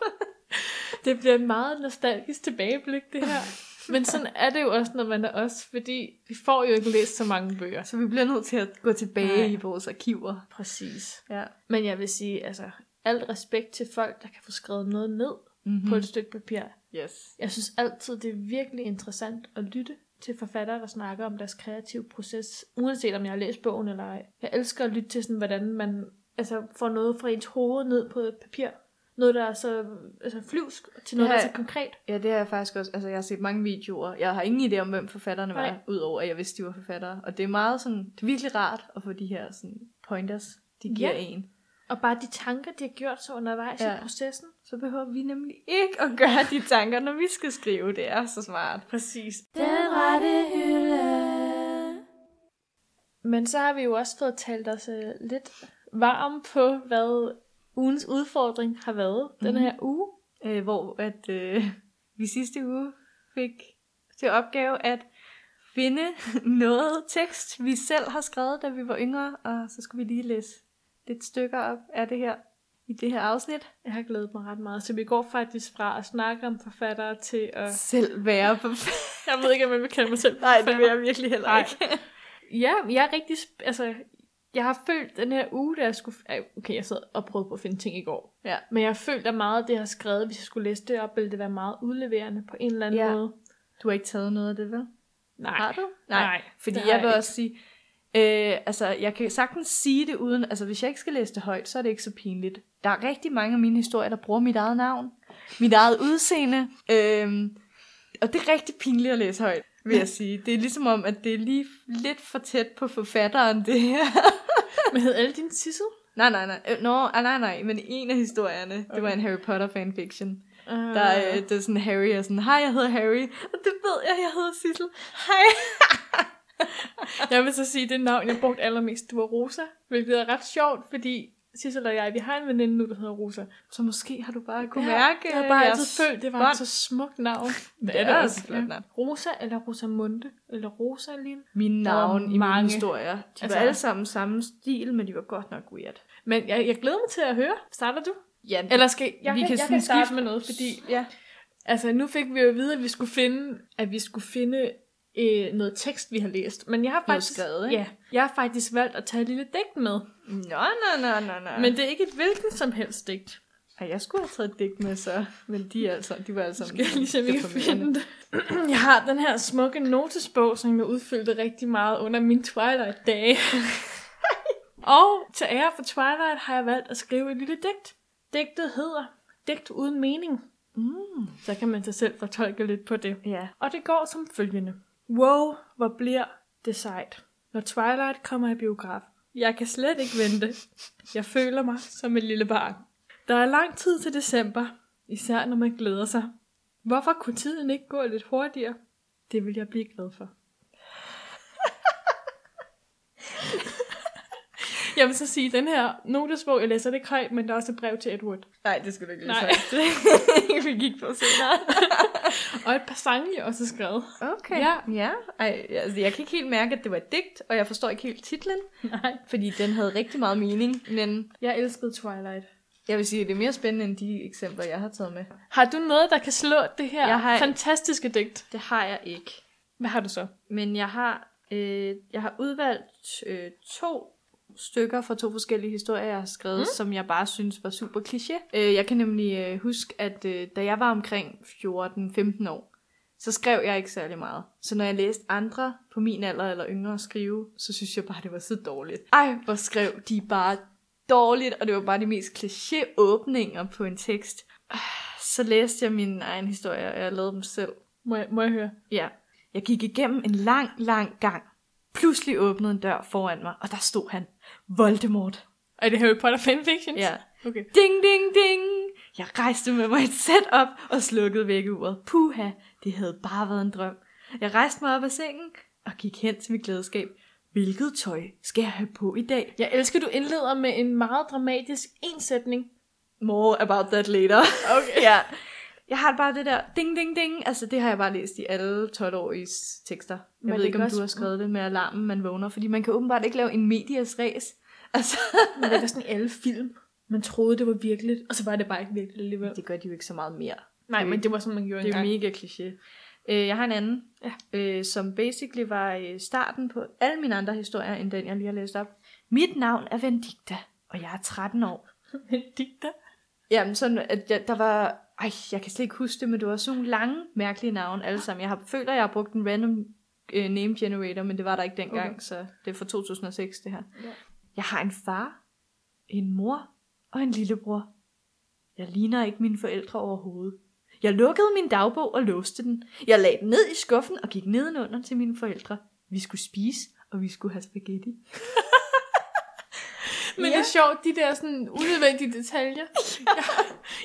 [SPEAKER 2] Det bliver en meget nostalgisk tilbageblik, det her. Men sådan er det jo også, når man er os, fordi vi får jo ikke læst så mange bøger.
[SPEAKER 1] Så vi bliver nødt til at gå tilbage
[SPEAKER 2] Nej.
[SPEAKER 1] Nej. i vores arkiver.
[SPEAKER 2] Præcis.
[SPEAKER 1] Ja.
[SPEAKER 2] Men jeg vil sige, altså, alt respekt til folk, der kan få skrevet noget ned
[SPEAKER 1] Mm-hmm.
[SPEAKER 2] mm. på et stykke papir.
[SPEAKER 1] Yes.
[SPEAKER 2] Jeg synes altid, det er virkelig interessant at lytte til forfattere, der snakker om deres kreative proces, uanset om jeg har læst bogen eller ej. Jeg elsker at lytte til, sådan, hvordan man altså, får noget fra ens hoved ned på et papir. Noget, der er så altså, flyvsk, til noget, ja.
[SPEAKER 1] Ja.
[SPEAKER 2] der er så konkret.
[SPEAKER 1] Ja, det har jeg faktisk også. Altså, jeg har set mange videoer. Jeg har ingen idé om, hvem forfatterne var,
[SPEAKER 2] Nej.
[SPEAKER 1] udover at jeg vidste, de var forfattere. Og det er meget sådan, det er virkelig rart at få de her sådan, pointers, de giver
[SPEAKER 2] Ja.
[SPEAKER 1] ja. en.
[SPEAKER 2] Og bare de tanker, de har gjort sig undervejs ja.
[SPEAKER 1] Ja.
[SPEAKER 2] i processen.
[SPEAKER 1] Så behøver vi nemlig ikke at gøre de tanker, når vi skal skrive. Det er så smart.
[SPEAKER 2] Præcis.
[SPEAKER 3] Den rette hylde.
[SPEAKER 2] Men så har vi jo også fået talt os øh, lidt varm på, hvad ugens udfordring har været mm. den
[SPEAKER 1] Mhm.
[SPEAKER 2] her uge.
[SPEAKER 1] øh, hvor at øh, vi sidste uge fik til opgave at finde noget tekst, vi selv har skrevet, da vi var yngre, og så skulle vi lige læse lidt stykker op af det her i det her afsnit.
[SPEAKER 2] Jeg har glædet mig ret meget. Så vi går faktisk fra at snakke om forfattere til at...
[SPEAKER 1] Selv være på
[SPEAKER 2] Jeg ved ikke, om jeg vil kalde mig selv
[SPEAKER 1] Nej, det vil
[SPEAKER 2] forfatter.
[SPEAKER 1] jeg virkelig heller
[SPEAKER 2] Nej.
[SPEAKER 1] ikke.
[SPEAKER 2] Ja, jeg er rigtig... Sp- altså, jeg har følt den her uge, da jeg skulle... Ej, Okay, jeg sad og prøvede på at finde ting i går.
[SPEAKER 1] Ja.
[SPEAKER 2] Men jeg har følt, at meget af det, jeg har skrevet, hvis jeg skulle læse det op, ville det være meget udleverende på en eller anden
[SPEAKER 1] Ja.
[SPEAKER 2] måde.
[SPEAKER 1] Du har ikke taget noget af det, vel?
[SPEAKER 2] Nej.
[SPEAKER 1] Har du?
[SPEAKER 2] Nej,
[SPEAKER 1] Nej, Nej fordi
[SPEAKER 2] det har
[SPEAKER 1] jeg
[SPEAKER 2] jeg
[SPEAKER 1] vil
[SPEAKER 2] ikke.
[SPEAKER 1] også sige, øh, altså jeg kan sagtens sige det uden, altså hvis jeg ikke skal læse det højt, så er det ikke så pinligt. Der er rigtig mange af mine historier, der bruger mit eget navn, mit eget udseende, øh, og det er rigtig pinligt at læse højt, vil jeg sige. Det er ligesom om, at det er lige lidt for tæt på forfatteren, det her.
[SPEAKER 2] Men hed alle dine Sissel?
[SPEAKER 1] nej, nej, nej. Øh, Nå, no, nej, nej, men en af historierne, okay. det var en Harry Potter fanfiction.
[SPEAKER 2] Uh,
[SPEAKER 1] Der er, øh, det er sådan, Harry er sådan, hej, jeg hedder Harry. Og det ved jeg, jeg hedder Sissel. Hej.
[SPEAKER 2] Jeg vil så sige, at det navn, jeg brugte allermest, det var Rosa. Hvilket er ret sjovt, fordi Sissel og jeg, vi har en veninde nu, der hedder Rosa.
[SPEAKER 1] Så måske har du bare kunne
[SPEAKER 2] Ja,
[SPEAKER 1] mærke...
[SPEAKER 2] Jeg har bare
[SPEAKER 1] jeres-
[SPEAKER 2] altid følt, det var
[SPEAKER 1] bånd.
[SPEAKER 2] et så smukt navn.
[SPEAKER 1] Det er også et flot
[SPEAKER 2] ja.
[SPEAKER 1] navn.
[SPEAKER 2] Rosa eller Rosamunde, eller Rosalin.
[SPEAKER 1] Mine
[SPEAKER 2] Der var
[SPEAKER 1] navn i
[SPEAKER 2] mange.
[SPEAKER 1] mine historier. De altså,
[SPEAKER 2] Altså-
[SPEAKER 1] var alle sammen samme stil, men de var godt nok weird.
[SPEAKER 2] Men jeg, jeg glæder mig til at høre. Starter du?
[SPEAKER 1] Ja,
[SPEAKER 2] Eller skal jeg,
[SPEAKER 1] Vi
[SPEAKER 2] kan,
[SPEAKER 1] kan
[SPEAKER 2] jeg
[SPEAKER 1] sådan
[SPEAKER 2] kan starte
[SPEAKER 1] skifte-
[SPEAKER 2] med noget, fordi
[SPEAKER 1] ja.
[SPEAKER 2] altså, nu fik vi jo at vide, at vi skulle finde, at vi skulle finde øh, noget tekst, vi har læst. Men jeg har
[SPEAKER 1] Noget
[SPEAKER 2] faktisk,
[SPEAKER 1] skrevet, ikke?
[SPEAKER 2] Ja, jeg har faktisk valgt at tage et lille digt med.
[SPEAKER 1] Nå, nå, nå, nå, nå.
[SPEAKER 2] Ja. Men det er ikke et hvilken som helst digt.
[SPEAKER 1] Ej, jeg skulle have taget et digt med, så. Men de, er altså, de var alle sammen...
[SPEAKER 2] Skal jeg lige se, om jeg kan
[SPEAKER 1] deprimerende.
[SPEAKER 2] finde det. Jeg har den her smukke notesbog, som jeg udfyldte rigtig meget under mine Twilight-dage. og til ære for Twilight har jeg valgt at skrive et lille digt. Digtet hedder Digt uden mening.
[SPEAKER 1] Mm.
[SPEAKER 2] Så kan man sig selv fortolke lidt på det.
[SPEAKER 1] Ja.
[SPEAKER 2] Og det går som følgende. Wow, hvor bliver det sejt, når Twilight kommer i biograf. Jeg kan slet ikke vente. Jeg føler mig som et lille barn. Der er lang tid til december, især når man glæder sig. Hvorfor kunne tiden ikke gå lidt hurtigere? Det vil jeg blive glad for. jeg vil så sige, den her notesbog, jeg læser det ikke højt, men der er også et brev til Edward.
[SPEAKER 1] Nej, det skulle du ikke lige
[SPEAKER 2] Nej.
[SPEAKER 1] sige. Vi gik på senere.
[SPEAKER 2] Og et par sange, jeg også har skrevet.
[SPEAKER 1] Okay.
[SPEAKER 2] Ja.
[SPEAKER 1] Ja. ja. Ej, altså, jeg kan ikke helt mærke, at det var et digt, og jeg forstår ikke helt titlen,
[SPEAKER 2] Nej.
[SPEAKER 1] fordi den havde rigtig meget mening. Men
[SPEAKER 2] Jeg elskede Twilight.
[SPEAKER 1] Jeg vil sige, at det er mere spændende end de eksempler, jeg har taget med.
[SPEAKER 2] Har du noget, der kan slå det her
[SPEAKER 1] Jeg har-
[SPEAKER 2] fantastiske digt?
[SPEAKER 1] Det har jeg ikke.
[SPEAKER 2] Hvad har du så?
[SPEAKER 1] Men jeg har, øh, jeg har udvalgt øh, to stykker fra to forskellige historier, jeg har skrevet, mm. som jeg bare synes var super kliché. Øh, jeg kan nemlig øh, huske, at øh, da jeg var omkring 14-15 år, så skrev jeg ikke særlig meget. Så når jeg læste andre på min alder eller yngre skrive, så synes jeg bare, det var så dårligt. Ej, hvor skrev de bare dårligt, og det var bare de mest kliché åbninger på en tekst. Ah, Så læste jeg min egen historie, og jeg lavede dem selv.
[SPEAKER 2] Må jeg, må jeg høre?
[SPEAKER 1] Ja. Jeg gik igennem en lang, lang gang. Pludselig åbnede en dør foran mig, og der stod han. Voldemort.
[SPEAKER 2] Er det Harry Potter fanfictions?
[SPEAKER 1] Ja.
[SPEAKER 2] Okay.
[SPEAKER 1] Ding, ding, ding. Jeg rejste med mig et sæt op og slukkede vækkeuret. Puha, det havde bare været en drøm. Jeg rejste mig op af sengen og gik hen til mit glædeskab. Hvilket tøj skal jeg have på i dag?
[SPEAKER 2] Jeg elsker, du indleder med en meget dramatisk ensætning.
[SPEAKER 1] More about that later.
[SPEAKER 2] Okay.
[SPEAKER 1] ja. Jeg har bare det der ding, ding, ding. Altså, det har jeg bare læst i alle 12-årige tekster. Jeg
[SPEAKER 2] Men
[SPEAKER 1] men ved
[SPEAKER 2] det
[SPEAKER 1] ikke,
[SPEAKER 2] kan
[SPEAKER 1] om
[SPEAKER 2] også-
[SPEAKER 1] du har skrevet det med alarmen, man vågner. Fordi man kan åbenbart ikke lave en medias ræs. Altså,
[SPEAKER 2] Men det var sådan i alle film. Man troede, det var virkeligt, og så var det bare ikke virkeligt alligevel.
[SPEAKER 1] det gør de jo ikke så meget mere.
[SPEAKER 2] Nej,
[SPEAKER 1] det-
[SPEAKER 2] men det var sådan, man gjorde
[SPEAKER 1] Det er
[SPEAKER 2] engang.
[SPEAKER 1] mega kliché. Øh, jeg har en anden,
[SPEAKER 2] Ja.
[SPEAKER 1] øh, som basically var øh, starten på alle mine andre historier, end den, jeg lige har læst op. Mit navn er Vendikta, og jeg er 13 år.
[SPEAKER 2] Men digter.
[SPEAKER 1] Jamen sådan, at jeg, der var... Ej, jeg kan slet ikke huske det, men det var sådan nogle lange, mærkelige navne alle sammen. Jeg har, føler, jeg har brugt en random øh, name generator, men det var der ikke dengang,
[SPEAKER 2] Okay.
[SPEAKER 1] okay. så det er fra 2006, det her.
[SPEAKER 2] Ja.
[SPEAKER 1] Jeg har en far, en mor og en lillebror. Jeg ligner ikke mine forældre overhovedet. Jeg lukkede min dagbog og låste den. Jeg lagde den ned i skuffen og gik nedenunder til mine forældre. Vi skulle spise, og vi skulle have spaghetti.
[SPEAKER 2] Men det er sjovt, de der sådan unødvendige detaljer. Jeg,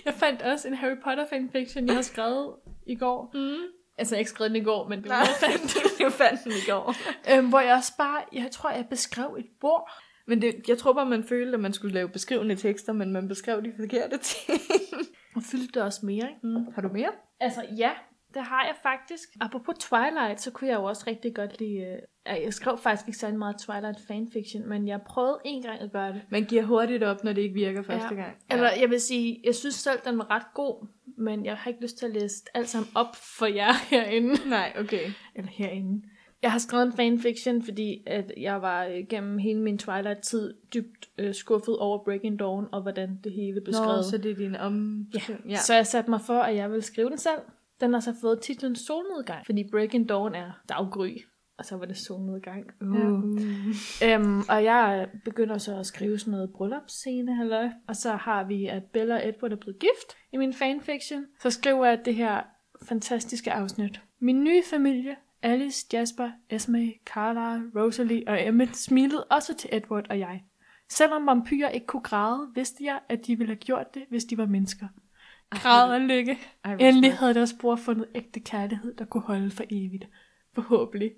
[SPEAKER 2] jeg fandt også en Harry Potter fanfiction, jeg har skrevet i går.
[SPEAKER 1] Mm.
[SPEAKER 2] Altså, jeg har ikke skrevet den i går, men det var
[SPEAKER 1] Nej,
[SPEAKER 2] noget, jeg fandt.
[SPEAKER 1] jeg fandt den i går.
[SPEAKER 2] øhm, hvor jeg også bare, jeg tror, jeg beskrev et bord.
[SPEAKER 1] Men det, jeg tror bare, man følte, at man skulle lave beskrivende tekster, men man beskrev de forkerte ting.
[SPEAKER 2] Og fyldte det også mere, ikke?
[SPEAKER 1] Mm. Har du mere?
[SPEAKER 2] Altså, ja, det har jeg faktisk. Apropos Twilight, så kunne jeg jo også rigtig godt lide... Øh, ej, jeg skrev faktisk ikke særlig meget Twilight fanfiction, men jeg prøvede en gang at gøre det.
[SPEAKER 1] Man giver hurtigt op, når det ikke virker første
[SPEAKER 2] Ja.
[SPEAKER 1] ja. gang.
[SPEAKER 2] Eller jeg vil sige, jeg synes selv, den var ret god, men jeg har ikke lyst til at læse alt sammen op for jer herinde.
[SPEAKER 1] Nej, okay.
[SPEAKER 2] Eller herinde. Jeg har skrevet en fanfiction, fordi at jeg var øh, gennem hele min Twilight-tid dybt øh, skuffet over Breaking Dawn, og hvordan det hele blev
[SPEAKER 1] Nå,
[SPEAKER 2] skrevet.
[SPEAKER 1] så det er din om...
[SPEAKER 2] Ja. Så jeg satte mig for, at jeg ville skrive den selv. Den har så fået titlen Solnedgang, fordi Breaking Dawn er daggry, og så var det solnedgang. Uh.
[SPEAKER 1] Ja.
[SPEAKER 2] Øhm, og jeg begynder så at skrive sådan noget bryllupsscene, halløj. Og så har vi, at Bella og Edward er blevet gift i min fanfiction. Så skriver jeg det her fantastiske afsnit. Min nye familie, Alice, Jasper, Esme, Carla, Rosalie og Emmett, smilede også til Edward og jeg. Selvom vampyrer ikke kunne græde, vidste jeg, at de ville have gjort det, hvis de var mennesker. Græd og lykke.
[SPEAKER 1] Ej, hvor
[SPEAKER 2] Endelig
[SPEAKER 1] smukt.
[SPEAKER 2] havde deres bror fundet ægte kærlighed, der kunne holde for evigt. Forhåbentlig.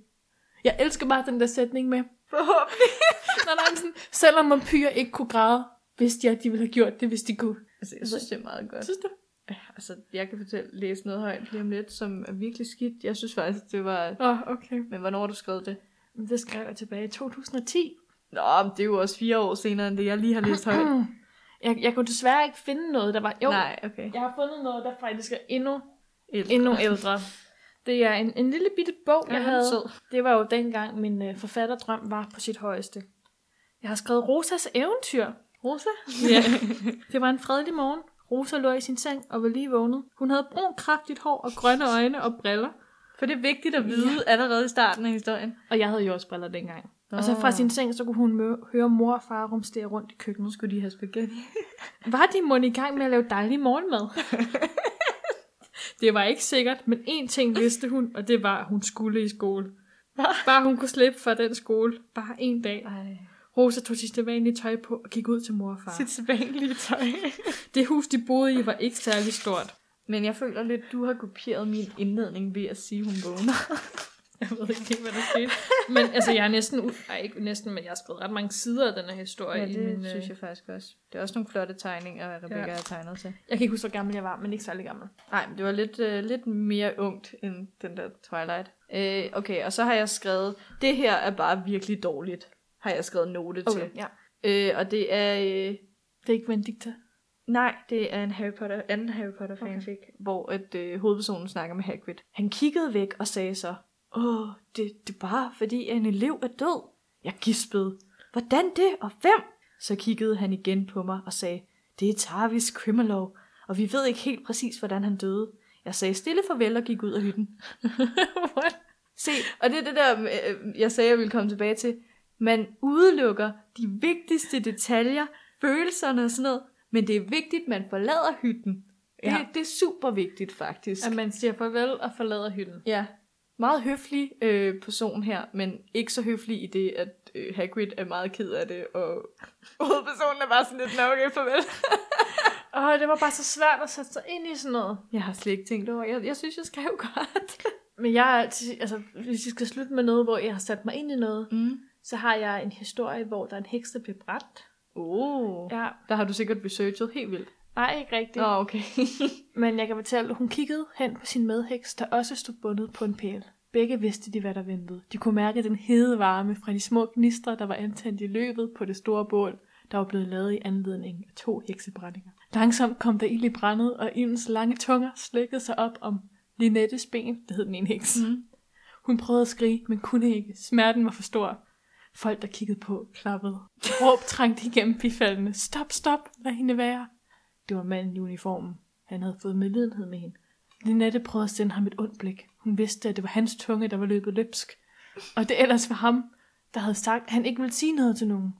[SPEAKER 2] Jeg elsker bare den der sætning med,
[SPEAKER 1] Forhåbentlig.
[SPEAKER 2] Nå, nej, men sådan, selvom vampyrer ikke kunne græde, vidste jeg, at de ville have gjort det, hvis de kunne.
[SPEAKER 1] Altså, jeg synes, det er meget godt.
[SPEAKER 2] Synes du?
[SPEAKER 1] Altså, jeg kan fortælle, læse noget højt lige om lidt, som er virkelig skidt. Jeg synes faktisk, det var...
[SPEAKER 2] Åh, oh, okay.
[SPEAKER 1] Men hvornår har du skrevet det?
[SPEAKER 2] Men det skrev jeg tilbage i 2010.
[SPEAKER 1] Nå, men det er jo også fire år senere, end det, jeg lige har læst højt.
[SPEAKER 2] Jeg, jeg kunne desværre ikke finde noget, der var... Jo, nej.
[SPEAKER 1] Nej, okay.
[SPEAKER 2] jeg har fundet noget, der faktisk er endnu,
[SPEAKER 1] Ældre.
[SPEAKER 2] endnu ældre. Det er en, en lille bitte bog,
[SPEAKER 1] Ja,
[SPEAKER 2] jeg
[SPEAKER 1] den er
[SPEAKER 2] havde.
[SPEAKER 1] sød.
[SPEAKER 2] Det var jo dengang, min øh, forfatterdrøm var på sit højeste. Jeg har skrevet Rosas eventyr. Rosa? Ja. det var en fredelig morgen. Rosa lå i sin seng og var lige vågnet. Hun havde brun, kraftigt hår og grønne øjne og briller.
[SPEAKER 1] For det er vigtigt at vide allerede i starten af historien.
[SPEAKER 2] Og jeg havde jo også briller dengang. Nå. Og så
[SPEAKER 1] Nå.
[SPEAKER 2] fra sin seng, så kunne hun mø- høre mor og far rumstere rundt i køkkenet.
[SPEAKER 1] Skulle de have spaghetti?
[SPEAKER 2] Var de mon i gang med at lave dejlig morgenmad? det var ikke sikkert, men én ting vidste hun, og det var, at hun skulle i skole. Bare hun kunne slippe fra den skole. Bare en dag.
[SPEAKER 1] Ej.
[SPEAKER 2] Rosa tog sit sædvanlige tøj på og gik ud til mor og far.
[SPEAKER 1] Sit sædvanlige tøj.
[SPEAKER 2] Det hus, de boede i, var ikke særlig stort.
[SPEAKER 1] Men jeg føler lidt, du har kopieret min indledning ved at sige, hun vågner.
[SPEAKER 2] Jeg ved ikke helt, hvad der skete. Men altså, jeg er næsten... u- Ej, ikke næsten, men jeg har skrevet ret mange sider af den her historie.
[SPEAKER 1] ja,
[SPEAKER 2] i min,
[SPEAKER 1] det
[SPEAKER 2] øh,
[SPEAKER 1] synes jeg faktisk også. Det er også nogle flotte tegninger, Rebecca
[SPEAKER 2] Ja.
[SPEAKER 1] ja. har tegnet til.
[SPEAKER 2] Jeg kan ikke huske, hvor gammel jeg var, men ikke særlig gammel.
[SPEAKER 1] Nej, men det var lidt, øh, lidt mere ungt end den der Twilight. Øh, okay, og så har jeg skrevet, det her er bare virkelig dårligt, har jeg skrevet note til.
[SPEAKER 2] ja.
[SPEAKER 1] Øh, og det er... Øh,
[SPEAKER 2] Det er ikke Vendicta.
[SPEAKER 1] Nej, det er en Harry Potter, anden Harry Potter fanfic, okay. hvor at, øh, hovedpersonen snakker med Hagrid. Han kiggede væk og sagde så, Åh, det, det er bare fordi, at en elev er død. Jeg gispede. Hvordan det, og hvem? Så kiggede han igen på mig og sagde, det er Tarvis Krimalov, og vi ved ikke helt præcis, hvordan han døde. Jeg sagde stille farvel og gik ud af hytten.
[SPEAKER 2] What?
[SPEAKER 1] Se, og det er det der, øh, jeg sagde, jeg ville komme tilbage til. Man udelukker de vigtigste detaljer, følelserne og sådan noget, men det er vigtigt, man forlader hytten. Ja.
[SPEAKER 2] Ja.
[SPEAKER 1] Det, det er super vigtigt faktisk.
[SPEAKER 2] At man siger farvel og forlader hytten.
[SPEAKER 1] Ja, meget høflig øh, person her, men ikke så høflig i det, at øh, Hagrid er meget ked af det, og hovedpersonen er bare sådan lidt, nå okay, farvel.
[SPEAKER 2] Åh, det var bare så svært at sætte sig ind i sådan noget.
[SPEAKER 1] Jeg har slet ikke tænkt over, jeg, jeg synes, jeg skrev godt.
[SPEAKER 2] Men jeg er altid, altså, hvis jeg skal slutte med noget, hvor jeg har sat mig ind i noget,
[SPEAKER 1] Mm.
[SPEAKER 2] så har jeg en historie, hvor der er en heks, der bliver brændt.
[SPEAKER 1] Oh. Ja.
[SPEAKER 2] Ja,
[SPEAKER 1] Der har du sikkert researchet helt vildt.
[SPEAKER 2] nej, ikke rigtigt.
[SPEAKER 1] Nå,
[SPEAKER 2] Nå.
[SPEAKER 1] okay.
[SPEAKER 2] Men jeg kan fortælle, at hun kiggede hen på sin medheks, der også stod bundet på en pæl. Begge vidste de, hvad der ventede. De kunne mærke den hede varme fra de små gnister, der var antændt i løbet på det store bål, der var blevet lavet i anledning af to heksebrændinger. Langsomt kom der ild i brændet, og ildens lange tunger slækkede sig op om Linettes ben, det hed den ene heks.
[SPEAKER 1] Mm.
[SPEAKER 2] Hun prøvede at skrige, men kunne ikke. Smerten var for stor. Folk, der kiggede på, klappede. Råb trængte igennem bifaldene. Stop, stop, lad hende være. Det var manden i uniformen. Han havde fået medlidenhed med hende. Linette prøvede at sende ham et ondt blik. Hun vidste, at det var hans tunge, der var løbet løbsk. Og det ellers var ham, der havde sagt, at han ikke ville sige noget til nogen.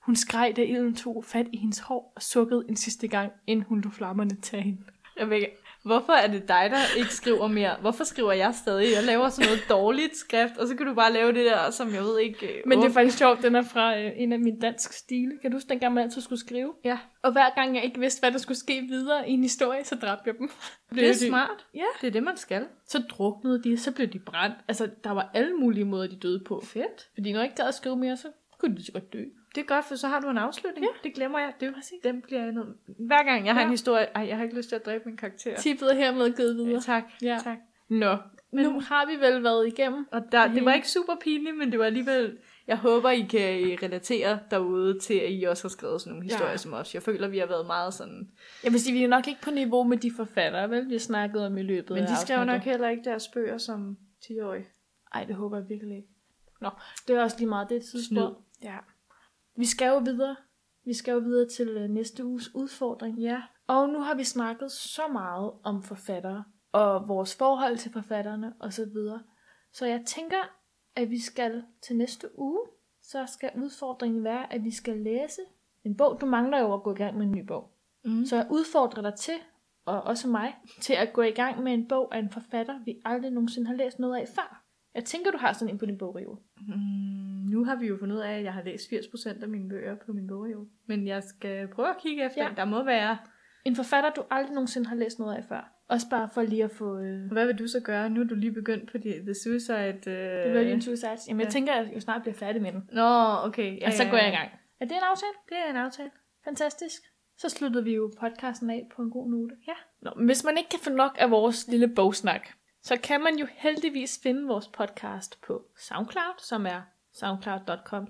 [SPEAKER 2] Hun skreg, da ilden tog fat i hendes hår og sukkede en sidste gang, inden hun lå flammerne tage hende.
[SPEAKER 1] Rebecca, hvorfor er det dig, der ikke skriver mere? Hvorfor skriver jeg stadig? Jeg laver sådan noget dårligt skrift, og så kan du bare lave det der, som jeg ved ikke...
[SPEAKER 2] Men det er faktisk sjovt, den er fra øh, en af mine dansk stile. Kan du huske, dengang man altid skulle skrive?
[SPEAKER 1] Ja,
[SPEAKER 2] Og hver gang jeg ikke vidste, hvad der skulle ske videre i en historie, så dræbte jeg dem.
[SPEAKER 1] det er smart.
[SPEAKER 2] Ja.
[SPEAKER 1] Det er det, man skal.
[SPEAKER 2] Så druknede de, så blev de brændt. Altså, der var alle mulige måder, de døde på.
[SPEAKER 1] Fedt.
[SPEAKER 2] Fordi når jeg ikke gad at skrive mere, så kunne de så godt dø.
[SPEAKER 1] Det er godt, for så har du en afslutning. Ja. Det glemmer jeg. Det,
[SPEAKER 2] Præcis.
[SPEAKER 1] den bliver jeg nød. Hver gang jeg har
[SPEAKER 2] Ja.
[SPEAKER 1] en historie, ej, jeg har ikke lyst til at dræbe min karakter.
[SPEAKER 2] Tippet er hermed givet videre.
[SPEAKER 1] Tak,
[SPEAKER 2] Ja.
[SPEAKER 1] ja. tak.
[SPEAKER 2] Nå, men
[SPEAKER 1] Men-
[SPEAKER 2] nu har vi vel været igennem.
[SPEAKER 1] Og der, det var
[SPEAKER 2] Mhm.
[SPEAKER 1] ikke super pinligt, men det var alligevel... Jeg håber, I kan øh, relatere derude til, at I også har skrevet sådan nogle
[SPEAKER 2] Ja.
[SPEAKER 1] historier som os. Jeg føler, vi har været meget sådan...
[SPEAKER 2] Jeg vil sige, vi er nok ikke på niveau med de forfattere, vel? Vi snakkede om i løbet
[SPEAKER 1] Men de skrev nok
[SPEAKER 2] afsnittet.
[SPEAKER 1] heller ikke deres bøger som 10-årige.
[SPEAKER 2] Ej, det håber jeg virkelig ikke. Nå, det er også lige meget det
[SPEAKER 1] Snyd.
[SPEAKER 2] tidspunkt. Ja. Vi skal jo videre. Vi skal jo videre til øh, næste uges udfordring.
[SPEAKER 1] Ja.
[SPEAKER 2] Og nu har vi snakket så meget om forfattere og vores forhold til forfatterne osv. Så, så jeg tænker, at vi skal til næste uge, så skal udfordringen være, at vi skal læse en bog. Du mangler jo at gå i gang med en ny bog.
[SPEAKER 1] Mm.
[SPEAKER 2] Så jeg udfordrer dig til, og også mig, til at gå i gang med en bog af en forfatter, vi aldrig nogensinde har læst noget af før. Jeg tænker, du har sådan en på din bogreol.
[SPEAKER 1] Mm, nu har vi jo fundet ud af, at jeg har læst 80% af mine bøger på min bog, jo. Men jeg skal prøve at kigge efter.
[SPEAKER 2] Ja.
[SPEAKER 1] Ja. Der må være...
[SPEAKER 2] En forfatter, du aldrig nogensinde har læst noget af før. Også bare for lige at få... Øh,
[SPEAKER 1] Hvad vil du så gøre? Nu er du lige begyndt på The, the Suicide... Øh...
[SPEAKER 2] The Virgin Suicides. Jamen, jeg
[SPEAKER 1] ja.
[SPEAKER 2] tænker, at jeg snart bliver færdig med den.
[SPEAKER 1] Nå, okay.
[SPEAKER 2] Ja, og så går jeg i gang. Er det en aftale?
[SPEAKER 1] Det er en aftale.
[SPEAKER 2] Fantastisk. Så sluttede vi jo podcasten af på en god note.
[SPEAKER 1] Ja.
[SPEAKER 2] Nå, men hvis man ikke kan få nok af vores lille bogsnak, så kan man jo heldigvis finde vores podcast på SoundCloud, som er soundcloudcom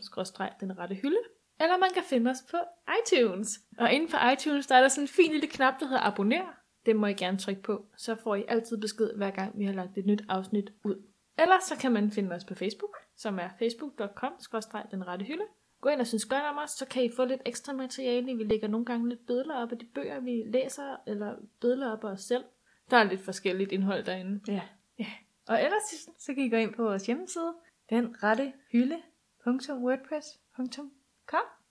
[SPEAKER 2] den rette hylde. Eller man kan finde os på iTunes. Og inde på iTunes, der er der sådan en fin lille knap, der hedder abonner. Den må I gerne trykke på, så får I altid besked, hver gang vi har lagt et nyt afsnit ud. Ellers så kan man finde os på Facebook, som er facebook.com den rette hylde. Gå ind og synes godt om os, så kan I få lidt ekstra materiale. Vi lægger nogle gange lidt billeder op af de bøger, vi læser, eller billeder op af os selv. Der er lidt forskelligt indhold derinde.
[SPEAKER 1] Ja.
[SPEAKER 2] Og ellers,
[SPEAKER 1] Så kan I gå ind på vores hjemmeside, denrettehylde.wordpress.com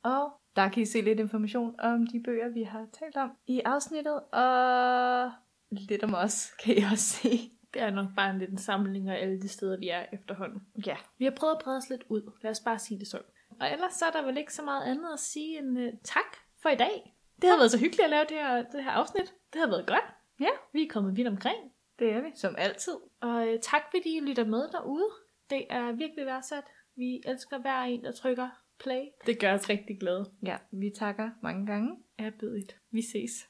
[SPEAKER 1] og der kan I se lidt information om de bøger, vi har talt om i afsnittet, og lidt om os, kan I også se.
[SPEAKER 2] det er nok bare en liten samling af alle de steder, vi er efterhånden.
[SPEAKER 1] Ja.
[SPEAKER 2] Vi har prøvet at brede os lidt ud. Lad os bare sige det sådan. Og ellers så er der vel ikke så meget andet at sige end uh, tak for i dag. Det har været så hyggeligt at lave det her, det her afsnit. Det har været godt.
[SPEAKER 1] Ja.
[SPEAKER 2] Vi er kommet vidt omkring.
[SPEAKER 1] Det er vi, som altid.
[SPEAKER 2] Og uh, tak fordi I lytter med derude. Det er virkelig værdsat. Vi elsker hver en, der trykker play. Det gør os rigtig glade.
[SPEAKER 1] Ja, vi takker mange gange.
[SPEAKER 2] Erbedigt. Vi ses.